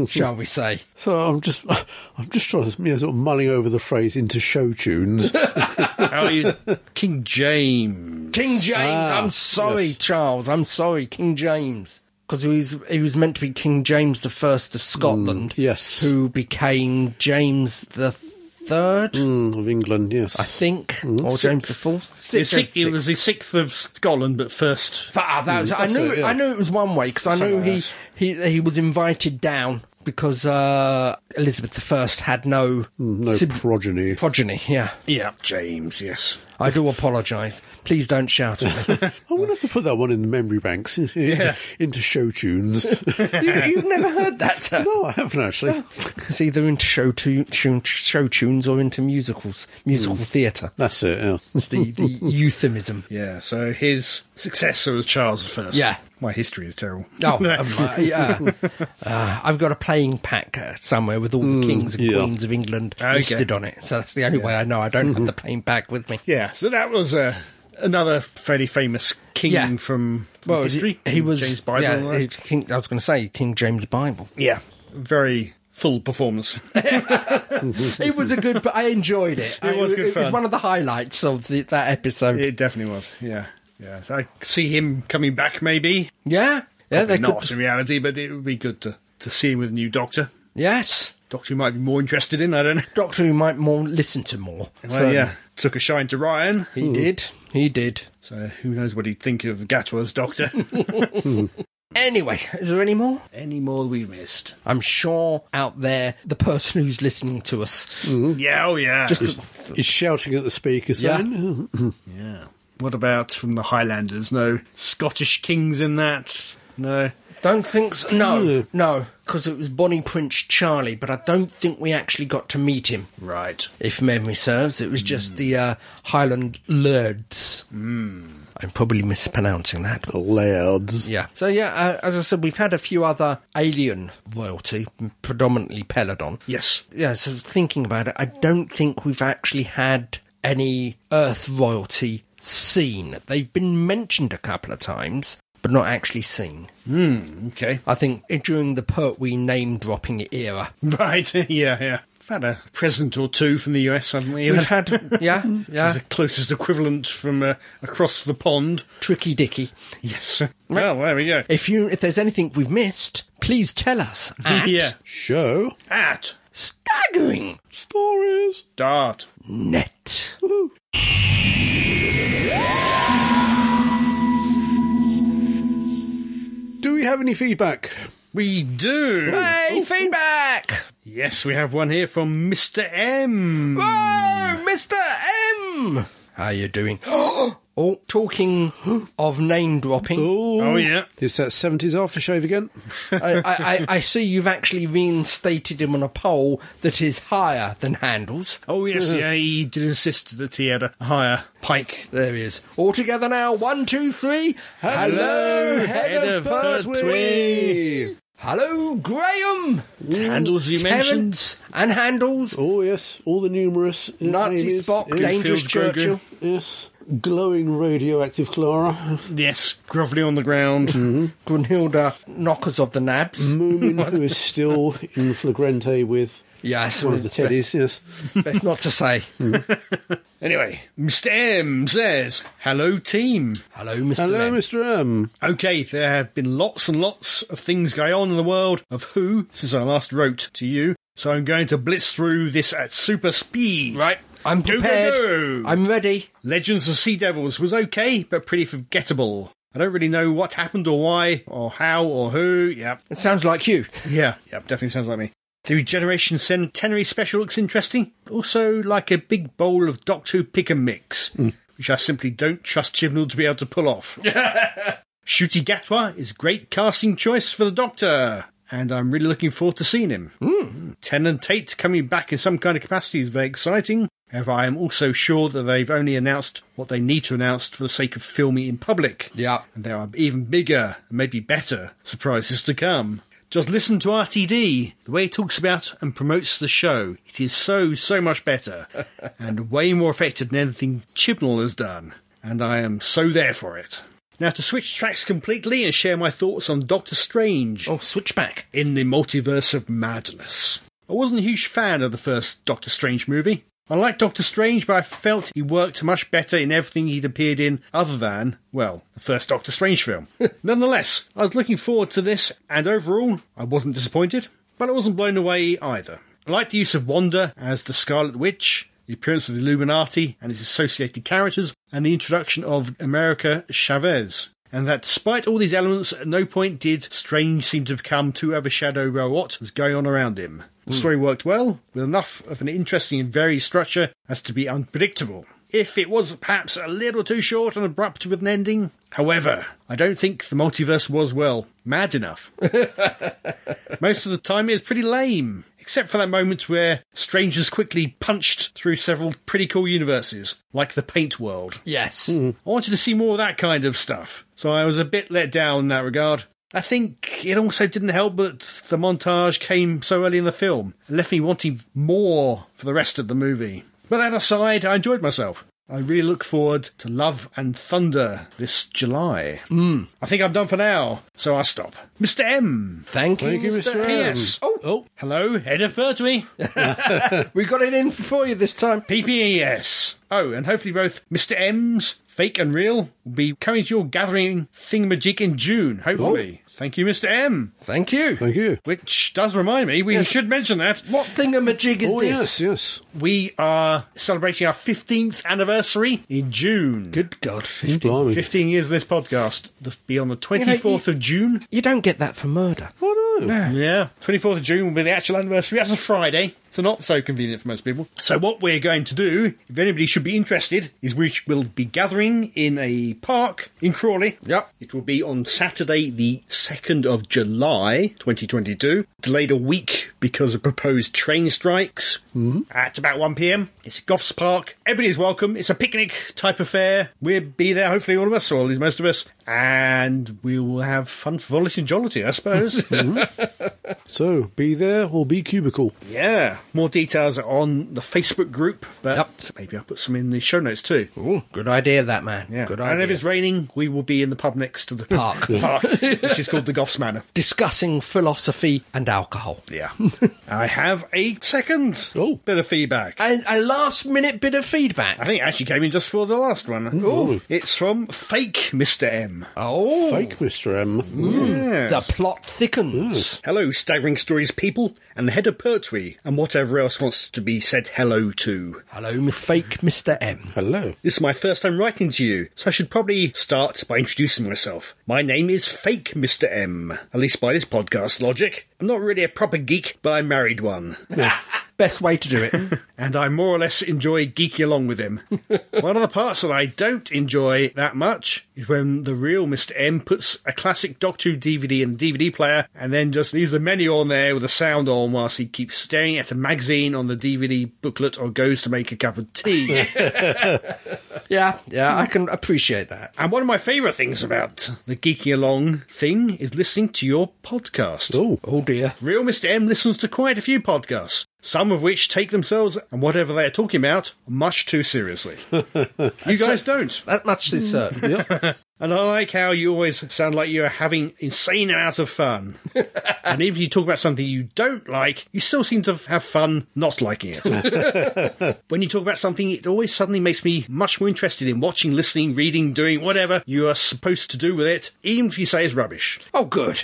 shall we say. So I'm just, (laughs) I'm just trying to, you know, sort of mulling over the phrase into (laughs) show tunes. Oh, he was- King James. King James. Ah, I'm sorry, yes. Charles. I'm sorry, King James. Because he was, he was meant to be King James the First of Scotland, Mm, yes, who became James the Third, Mm, of England. Yes, Hmm. I think, or James the Fourth. It Six, was, six, six. it was the sixth of Scotland, but first. Ah, that was, I Mm, that's knew. it, yeah. I knew it was one way because I knew Something he, like he he was invited down because uh, Elizabeth I had no Mm, no sib- progeny. progeny. Yeah, Yeah, James. Yes. I do apologise. Please don't shout at (laughs) me. I'm going to have to put that one in the memory banks (laughs) into, into (laughs) show tunes. (laughs) you, you've never heard that term. no, I haven't actually. It's either into show, tu- tune, show tunes or into musicals, Hmm. musical theatre. That's it. Yeah. It's the, (laughs) the euphemism. Yeah. So his successor was Charles the First. Yeah. My history is terrible. (laughs) Oh, um, uh, yeah. Uh, I've got a playing pack uh, somewhere with all the kings and yeah. queens of England Hmm, Okay. listed on it. So that's the only way I know I don't (laughs) have the playing pack with me. yeah. So that was uh, another fairly famous king Yeah. from, from Well, history. he, he King was James Bible. yeah, and all that. he- King, I was going to say King James (laughs) Bible. yeah. Very full (laughs) performance. it was a good, but I enjoyed it. (laughs) It was I- good It was fun. one of the highlights of the, that episode. it definitely was. Yeah. Yeah. So I could see him coming back maybe. yeah, yeah, they Probably not could. in reality, but it would be good to, to see him with a new doctor. Yes, Doctor who might be more interested in, I don't know. Doctor Who might more listen to more. Well, So yeah, took a shine to Ryan. he did. He did. So who knows what he'd think of Gatwa's doctor? Anyway, is there any more? (laughs) Any more we missed? I'm sure out there, the person who's listening to us. Yeah, oh yeah. He's shouting at the speaker Yeah. saying, "Oh, yeah. What about from the Highlanders? No Scottish kings in that. No. Don't think so. No, no, because it was Bonnie Prince Charlie, but I don't think we actually got to meet him, Right. if memory serves. It was just the uh, Highland Lurds. I'm probably mispronouncing that. lads. Yeah. So, yeah, uh, as I said, we've had a few other alien royalty, predominantly Peladon. Yes. yeah, so thinking about it, I don't think we've actually had any Earth royalty seen. They've been mentioned a couple of times, but not actually seen. Okay. (laughs) I think during the Pertwee name dropping era, Right. (laughs) yeah, yeah. We've had a present or two from the US, haven't we? we've (laughs) had yeah, This yeah, is the closest equivalent from uh, across the pond. tricky dicky. Yes. Well, there we go. If you if there's anything we've missed, please tell us at Yeah. Show At staggering stories. dart. net. Do we have any feedback? We do. Hey, feedback. Yes, we have one here from Mr. M. Oh, Mr. M. How you doing? (gasps) oh, talking of name dropping, Oh, yeah. Is that 70s aftershave again? I, I, I, I see you've actually reinstated him on a poll that is higher than Handel's. Oh, yes, Mm-hmm. yeah, he did insist that he had a higher pike. There he is. All together now. One, two, three. Hello, head, of Pertwee. Hello, Graham. Handles you mentioned. Terence and Handels. Oh, yes. All the numerous. uh, Nazi ladies. Spock, Yes, Dangerous Goodfield, Grogu. Churchill. Yes. Glowing radioactive Clara. Yes, grovelly on the ground. Mm-hmm. Brunhilda, knockers of the Mm. nabs. (laughs) Moomin, who is still in flagrante with Yes, one of the teddies. Yes. Best, best not to (laughs) say. Mm. Anyway, Mr. M says, Hello, team. Hello, Mr. Hello, M. Mr. M. Okay, there have been lots and lots of things going on in the world of who since I last wrote to you, so I'm going to blitz through this at super speed. Right. I'm Go, go, prepared. go. I'm ready. Legends of Sea Devils was okay, but pretty forgettable. I don't really know what happened or why or how or who. Yep. It sounds like you. Yeah, yeah, definitely sounds like me. The Regeneration Centenary special looks interesting. Also, like a big bowl of Doctor Who pick and mix. which I simply don't trust Chibnall to be able to pull off. Shooty Gatwa is great casting choice for the Doctor, and I'm really looking forward to seeing him. Tennant Tate coming back in some kind of capacity is very exciting. However, I am also sure that they've only announced what they need to announce for the sake of filming in public. Yeah. And there are even bigger, and maybe better, surprises to come. Just listen to RTD, the way he talks about and promotes the show. It is so, so much better, and way more effective than anything Chibnall has done. And I am so there for it. Now, to switch tracks completely and share my thoughts on Doctor Strange Oh, switchback. in the multiverse of madness. I wasn't a huge fan of the first Doctor Strange movie. I liked Doctor Strange, but I felt he worked much better in everything he'd appeared in other than, well, the first Doctor Strange film. Nonetheless, I was looking forward to this, and overall, I wasn't disappointed, but I wasn't blown away either. I liked the use of Wanda as the Scarlet Witch, the appearance of the Illuminati and its associated characters, and the introduction of America Chavez. And that despite all these elements, at no point did Strange seem to become too overshadowed by what was going on around him. The story worked well, with enough of an interesting and varied structure as to be unpredictable. If it was perhaps a little too short and abrupt with an ending, however, I don't think the multiverse was, well, mad enough. Most of the time, it was pretty lame, except for that moment where strangers quickly punched through several pretty cool universes, like the paint world. Yes. I wanted to see more of that kind of stuff, so I was a bit let down in that regard. I think it also didn't help that the montage came so early in the film and left me wanting more for the rest of the movie. But that aside, I enjoyed myself. I really look forward to Love and Thunder this July. Mm. I think I'm done for now, so I'll stop. Mr. M. Thank, Thank you, Mr. M. P.S. Oh. Oh, Hello, head of Pertwee. We got it in for you this time. PPES. Oh, and hopefully both Mr. M's, fake and real, will be coming to your gathering thingamajig in June, hopefully. Thank you, Mr. M. Thank you. thank you. Which does remind me, we should mention that What thingamajig is Oh, this? yes, yes. we are celebrating our 15th anniversary in June. Good God. Blimey. 15 years of this podcast. That'll be on the 24th of June. You don't get that for murder. Oh, no. Yeah, 24th of June will be the actual anniversary. That's a Friday, so not so convenient for most people. So, what we're going to do, if anybody should be interested, is we sh- will be gathering in a park in Crawley. Yep. It will be on Saturday, the 2nd of July 2022, delayed a week because of proposed train strikes Mm-hmm. at about 1 pm. It's at Goffs Park. Everybody's welcome. It's a picnic type affair. We'll be there, hopefully, all of us, or at least most of us, and we will have fun, frivolity, and jollity, (laughs) I suppose. Mm-hmm. So, be there or be cubicle. (laughs) Yeah. More details are on the Facebook group, but Yep. maybe I'll put some in the show notes too. Ooh, good idea, that man. Yeah. Good and if idea. it's raining, we will be in the pub next to the Park. (laughs) park which is called the Goffs Manor. Discussing philosophy and alcohol. Yeah. (laughs) I have a second Oh. bit of feedback. I- And a last minute bit of feedback. think it actually came in just for the last one. Ooh. It's from fake Mr. M. Oh, Fake Mr. M. Mm. Yes. the plot thickens. Hello, Staggering Stories people, and the head of Pertwee, and whatever else wants to be said hello to. Hello, m- fake Mr. M. Hello. This is my first time writing to you, so I should probably start by introducing myself. My name is Fake Mr. M, at least by this podcast logic. I'm not really a proper geek, but I married one. Best way to do (laughs) it. and I more or less enjoy geeking along with him. one of the parts that I don't enjoy that much is when the real Mr. M puts a classic Doctor Who DVD in the DVD player and then just leaves the menu on there with the sound on whilst he keeps staring at a magazine on the DVD booklet or goes to make a cup of tea. yeah, yeah, I can appreciate that. And one of my favourite things about the geeking along thing is listening to your podcast. Oh, Oh dear. Real Mr. M listens to quite a few podcasts, some of which take themselves and whatever they are talking about much too seriously. you guys don't. That much is certain. And I like how you always sound like you're having insane amounts of fun. and even if you talk about something you don't like, you still seem to have fun not liking it. when you talk about something, it always suddenly makes me much more interested in watching, listening, reading, doing whatever you are supposed to do with it, even if you say it's rubbish. Oh, good.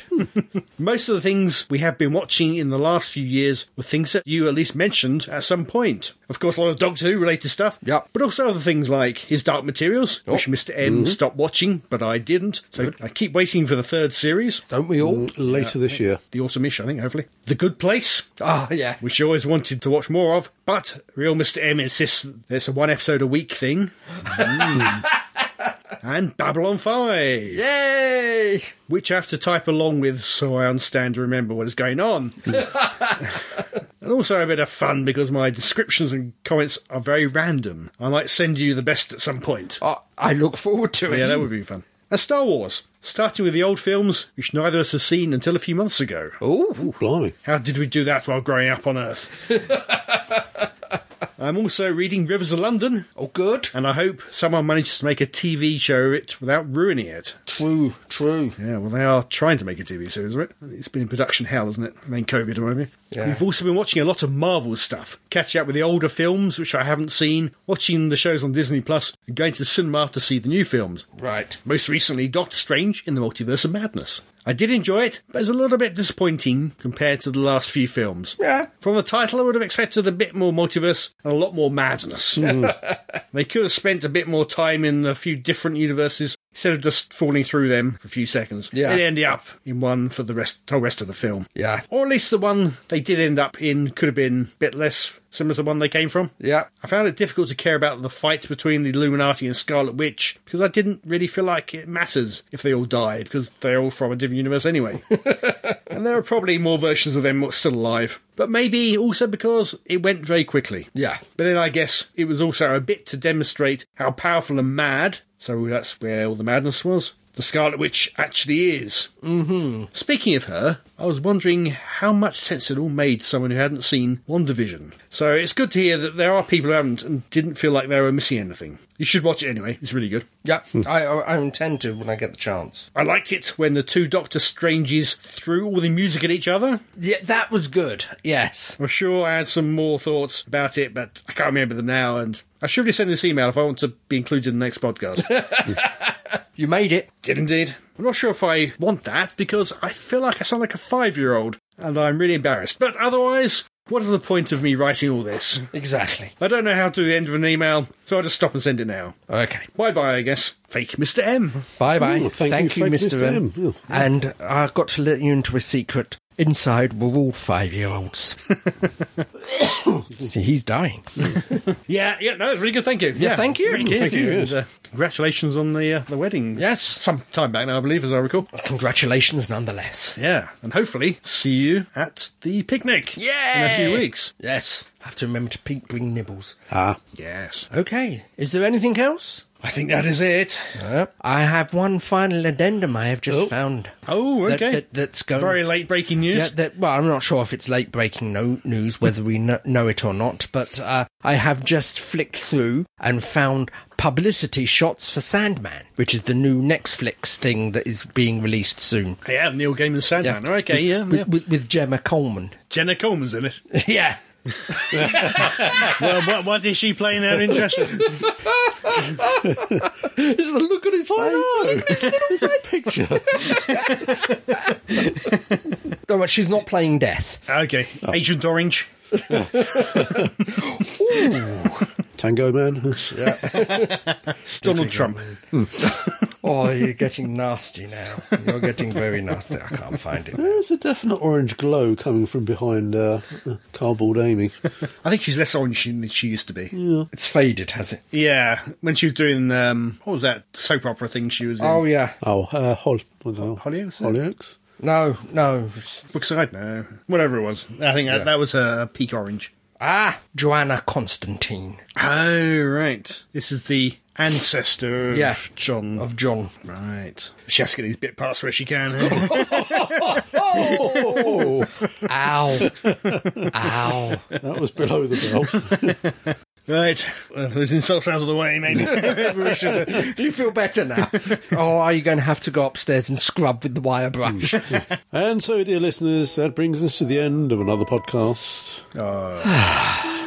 Most of the things we have been watching in the last few years were things that you at least mentioned at some point. Of course, a lot of Doctor Who related stuff, Yep. but also other things like his Dark Materials, which Mr. M stopped watching time, but I didn't. So I keep waiting for the third series, Don't we all? Later this year. the autumnish, I think, hopefully. The Good Place, Ah, yeah. which you always wanted to watch more of, but Real Mr. M insists that it's a one episode a week thing. Mm. and Babylon 5, Yay! which I have to type along with so I understand and remember what is going on. And also a bit of fun because my descriptions and comments are very random. I might send you the best at some point. I, I look forward to it. Yeah, that would be fun. And Star Wars, starting with the old films, which neither of us have seen until a few months ago. Ooh. Ooh, blimey. How did we do that while growing up on Earth? I'm also reading Rivers of London, Oh, good. and I hope someone manages to make a TV show of it without ruining it. True, true. Yeah, well, they are trying to make a TV series of it. It's been in production hell, isn't it? And then COVID or whatever. Yeah. We've also been watching a lot of Marvel stuff, catching up with the older films, which I haven't seen, watching the shows on Disney Plus, and going to the cinema to see the new films. Right. Most recently, Doctor Strange in the Multiverse of Madness. I did enjoy it, but it's a little bit disappointing compared to the last few films. Yeah. From the title, I would have expected a bit more multiverse and a lot more madness. Hmm. (laughs) they could have spent a bit more time in a few different universes instead of just falling through them for a few seconds. Yeah. They'd end up in one for the rest, whole rest of the film. Yeah. Or at least the one they did end up in could have been a bit less similar to the one they came from. Yeah. I found it difficult to care about the fight between the Illuminati and Scarlet Witch because I didn't really feel like it matters if they all died because they're all from a different universe anyway. and there are probably more versions of them still alive. But maybe also because it went very quickly. Yeah. But then I guess it was also a bit to demonstrate how powerful and mad, so that's where all the madness was, the Scarlet Witch actually is. Speaking of her, I was wondering how much sense it all made to someone who hadn't seen WandaVision. So it's good to hear that there are people who haven't and didn't feel like they were missing anything. You should watch it anyway, it's really good. Yeah. I, I, I intend to when I get the chance. I liked it when the two Doctor Stranges threw all the music at each other. Yeah, that was good. Yes. I'm sure I had some more thoughts about it, but I can't remember them now, and I should have sent this email if I want to be included in the next podcast. You made it. Did indeed. I'm not sure if I want that because I feel like I sound like a five year old and I'm really embarrassed. But otherwise, what is the point of me writing all this? Exactly. I don't know how to do the end of an email, so I'll just stop and send it now. Okay. Bye bye, I guess. Fake Mr. M. Bye bye. Ooh, thank you, thank you, Mr. M. Yeah. And I've got to let you into a secret. Inside, we're all five year olds. See, he's dying. Yeah, yeah, no, it's really good. Thank you. Yeah, thank you. Really did. Thank you, yes. And, uh, congratulations on the uh, the wedding. Yes. Some time back now, I believe, as I recall. Congratulations, nonetheless. Yeah, and hopefully see you at the picnic. In a few Yay! weeks. Yes. Have to remember to pink bring nibbles. Ah, Yes. Okay. Is there anything else? I think that is it. Uh, I have one final addendum I have just found. Oh, That- okay. that- that's going. Very late breaking news. Yeah, that, well, I'm not sure if it's late breaking no- news, whether we kn- know it or not, but uh, I have just flicked through and found publicity shots for Sandman, which is the new Netflix thing that is being released soon. Yeah, Neil Gaiman's Sandman. Okay, yeah, With, yeah. with, with Gemma (laughs) Coleman. Jenna Coleman's in it. yeah. well, what, what is she playing out interesting? It's the (laughs) look on his face. picture. No, but Oh, she's not playing death. (laughs) okay, Oh. Agent Orange. (laughs) Tango Man. Donald Trump. Oh, you're getting nasty now. You're getting very nasty. I can't find it. There is a definite orange glow coming from behind uh, Cardboard Amy. I think she's less orange than she used to be. Yeah, It's faded, has it? when she was doing um, what was that soap opera thing she was in? Oh, yeah. Oh, uh, Hol- what the hell? Hollyoaks, is it? Hollyoaks? No, no. Brookside, no, whatever it was. I think that, that was her peak orange. Ah, Joanna Constantine Oh right, Oh. this is the ancestor of Yeah. John. of John. right, she has to get these bit parts where she can. (laughs) eh? Oh! Ow. Ow. That was below the belt. right, well, those insults out of the way, (laughs) maybe. Maybe we should, uh, Do (laughs) you feel better now? Or are you going to have to go upstairs and scrub with the wire brush? Mm. and so, dear listeners, that brings us to the end of another podcast.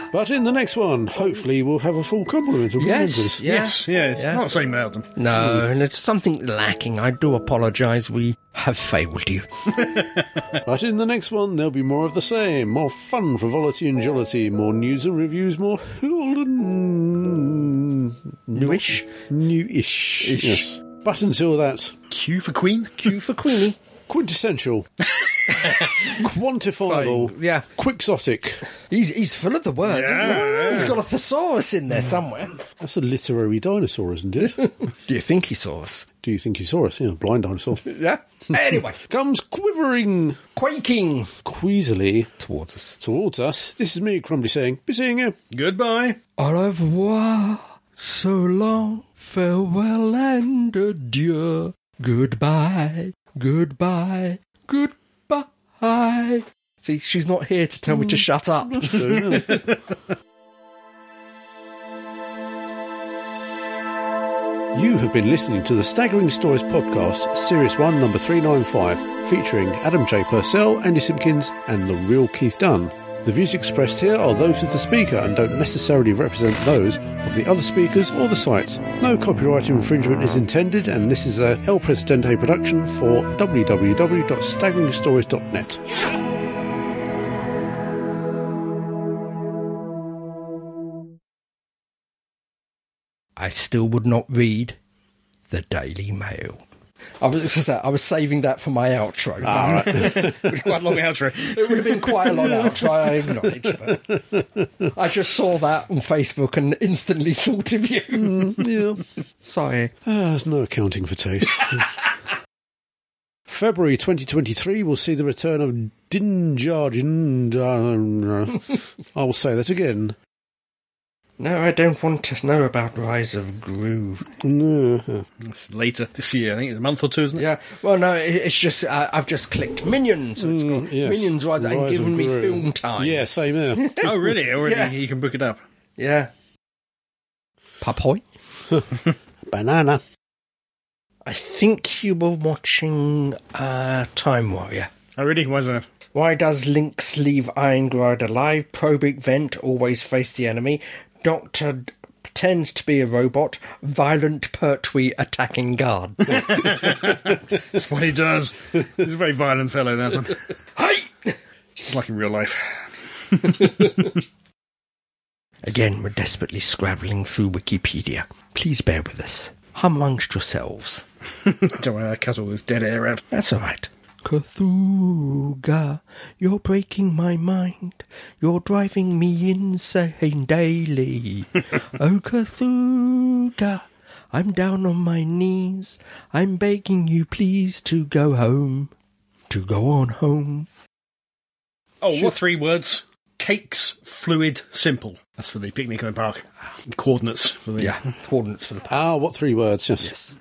(sighs) but in the next one, hopefully, we'll have a full complement of yes. rangers. Yeah. Yes, yeah, it's Yeah. not the same album. No, and it's something lacking. I do apologise. We have failed you. But in the next one, there'll be more of the same. More fun, frivolity, and jollity. More news and reviews. More hool and Newish? new-ish. Yes. But until that, Q for Queen? Q for Queenie. (laughs) quintessential, quantifiable, Fine, yeah. quixotic. He's, he's full of the words, Yeah. isn't he? He's got a thesaurus in there somewhere. That's a literary dinosaur, (laughs) isn't it? Do you think he saw us? Do you think he saw us? Yeah, blind dinosaur. Yeah. (laughs) Anyway, Comes quivering quaking queasily towards us. towards us. This is me, Crumbly, saying, "Be seeing you." Goodbye. Au revoir, so long, farewell and adieu. Goodbye, goodbye, goodbye. Mm. See, she's not here to tell me to shut up. You have been listening to the Staggering Stories podcast, Series 1, number 395, featuring Adam J. Purcell, Andy Simpkins, and the real Keith Dunn. The views expressed here are those of the speaker and don't necessarily represent those of the other speakers or the site. No copyright infringement is intended, and this is a El Presidente production for www.staggeringstories.net. (laughs) I still would not read the Daily Mail. I was, this is that, I was saving that for my outro. Ah, Quite long outro. It would have been quite a long outro, I acknowledge. But I just saw that on Facebook and instantly (laughs) thought of you. Yeah. Sorry. Ah, there's no accounting (laughs) for taste. February 2023 will see the return of Dinjar. (laughs) Dinjar I will say that again. No, I don't want to know about Rise of Groove. No. It's later this year, I think it's a month or two, isn't it? Yeah, well, no, it- it's just uh, I've just clicked Minions. So it's Mm, got yes. Minions Rise, and Rise given of me Gru. film time. Yeah, same here. (laughs) Oh, really? Already Yeah. you can book it up. Yeah. Papoy? Banana. I think you were watching uh, Time Warrior. Oh, really? Why is that? Why does Lynx leave Irongride alive? Probic Vent always face the enemy. Doctor D- pretends to be a robot. Violent Pertwee attacking guard. (laughs) That's what he does. He's a very violent fellow, that one. hey! It's (laughs) like in real life. Again, we're desperately scrabbling through Wikipedia. Please bear with us. Hum amongst yourselves. Don't worry, I uh, cut all this dead air out. That's all right. Cthulhu, you're breaking my mind. You're driving me insane (laughs) daily. oh, Cthulhu, I'm down on my knees. I'm begging you, please, to go home. To go on home. Oh, what three words? Cakes, fluid, simple. That's for the picnic in the park. Ah, Coordinates for the coordinates for the Ah, what three words? Yes. Yes.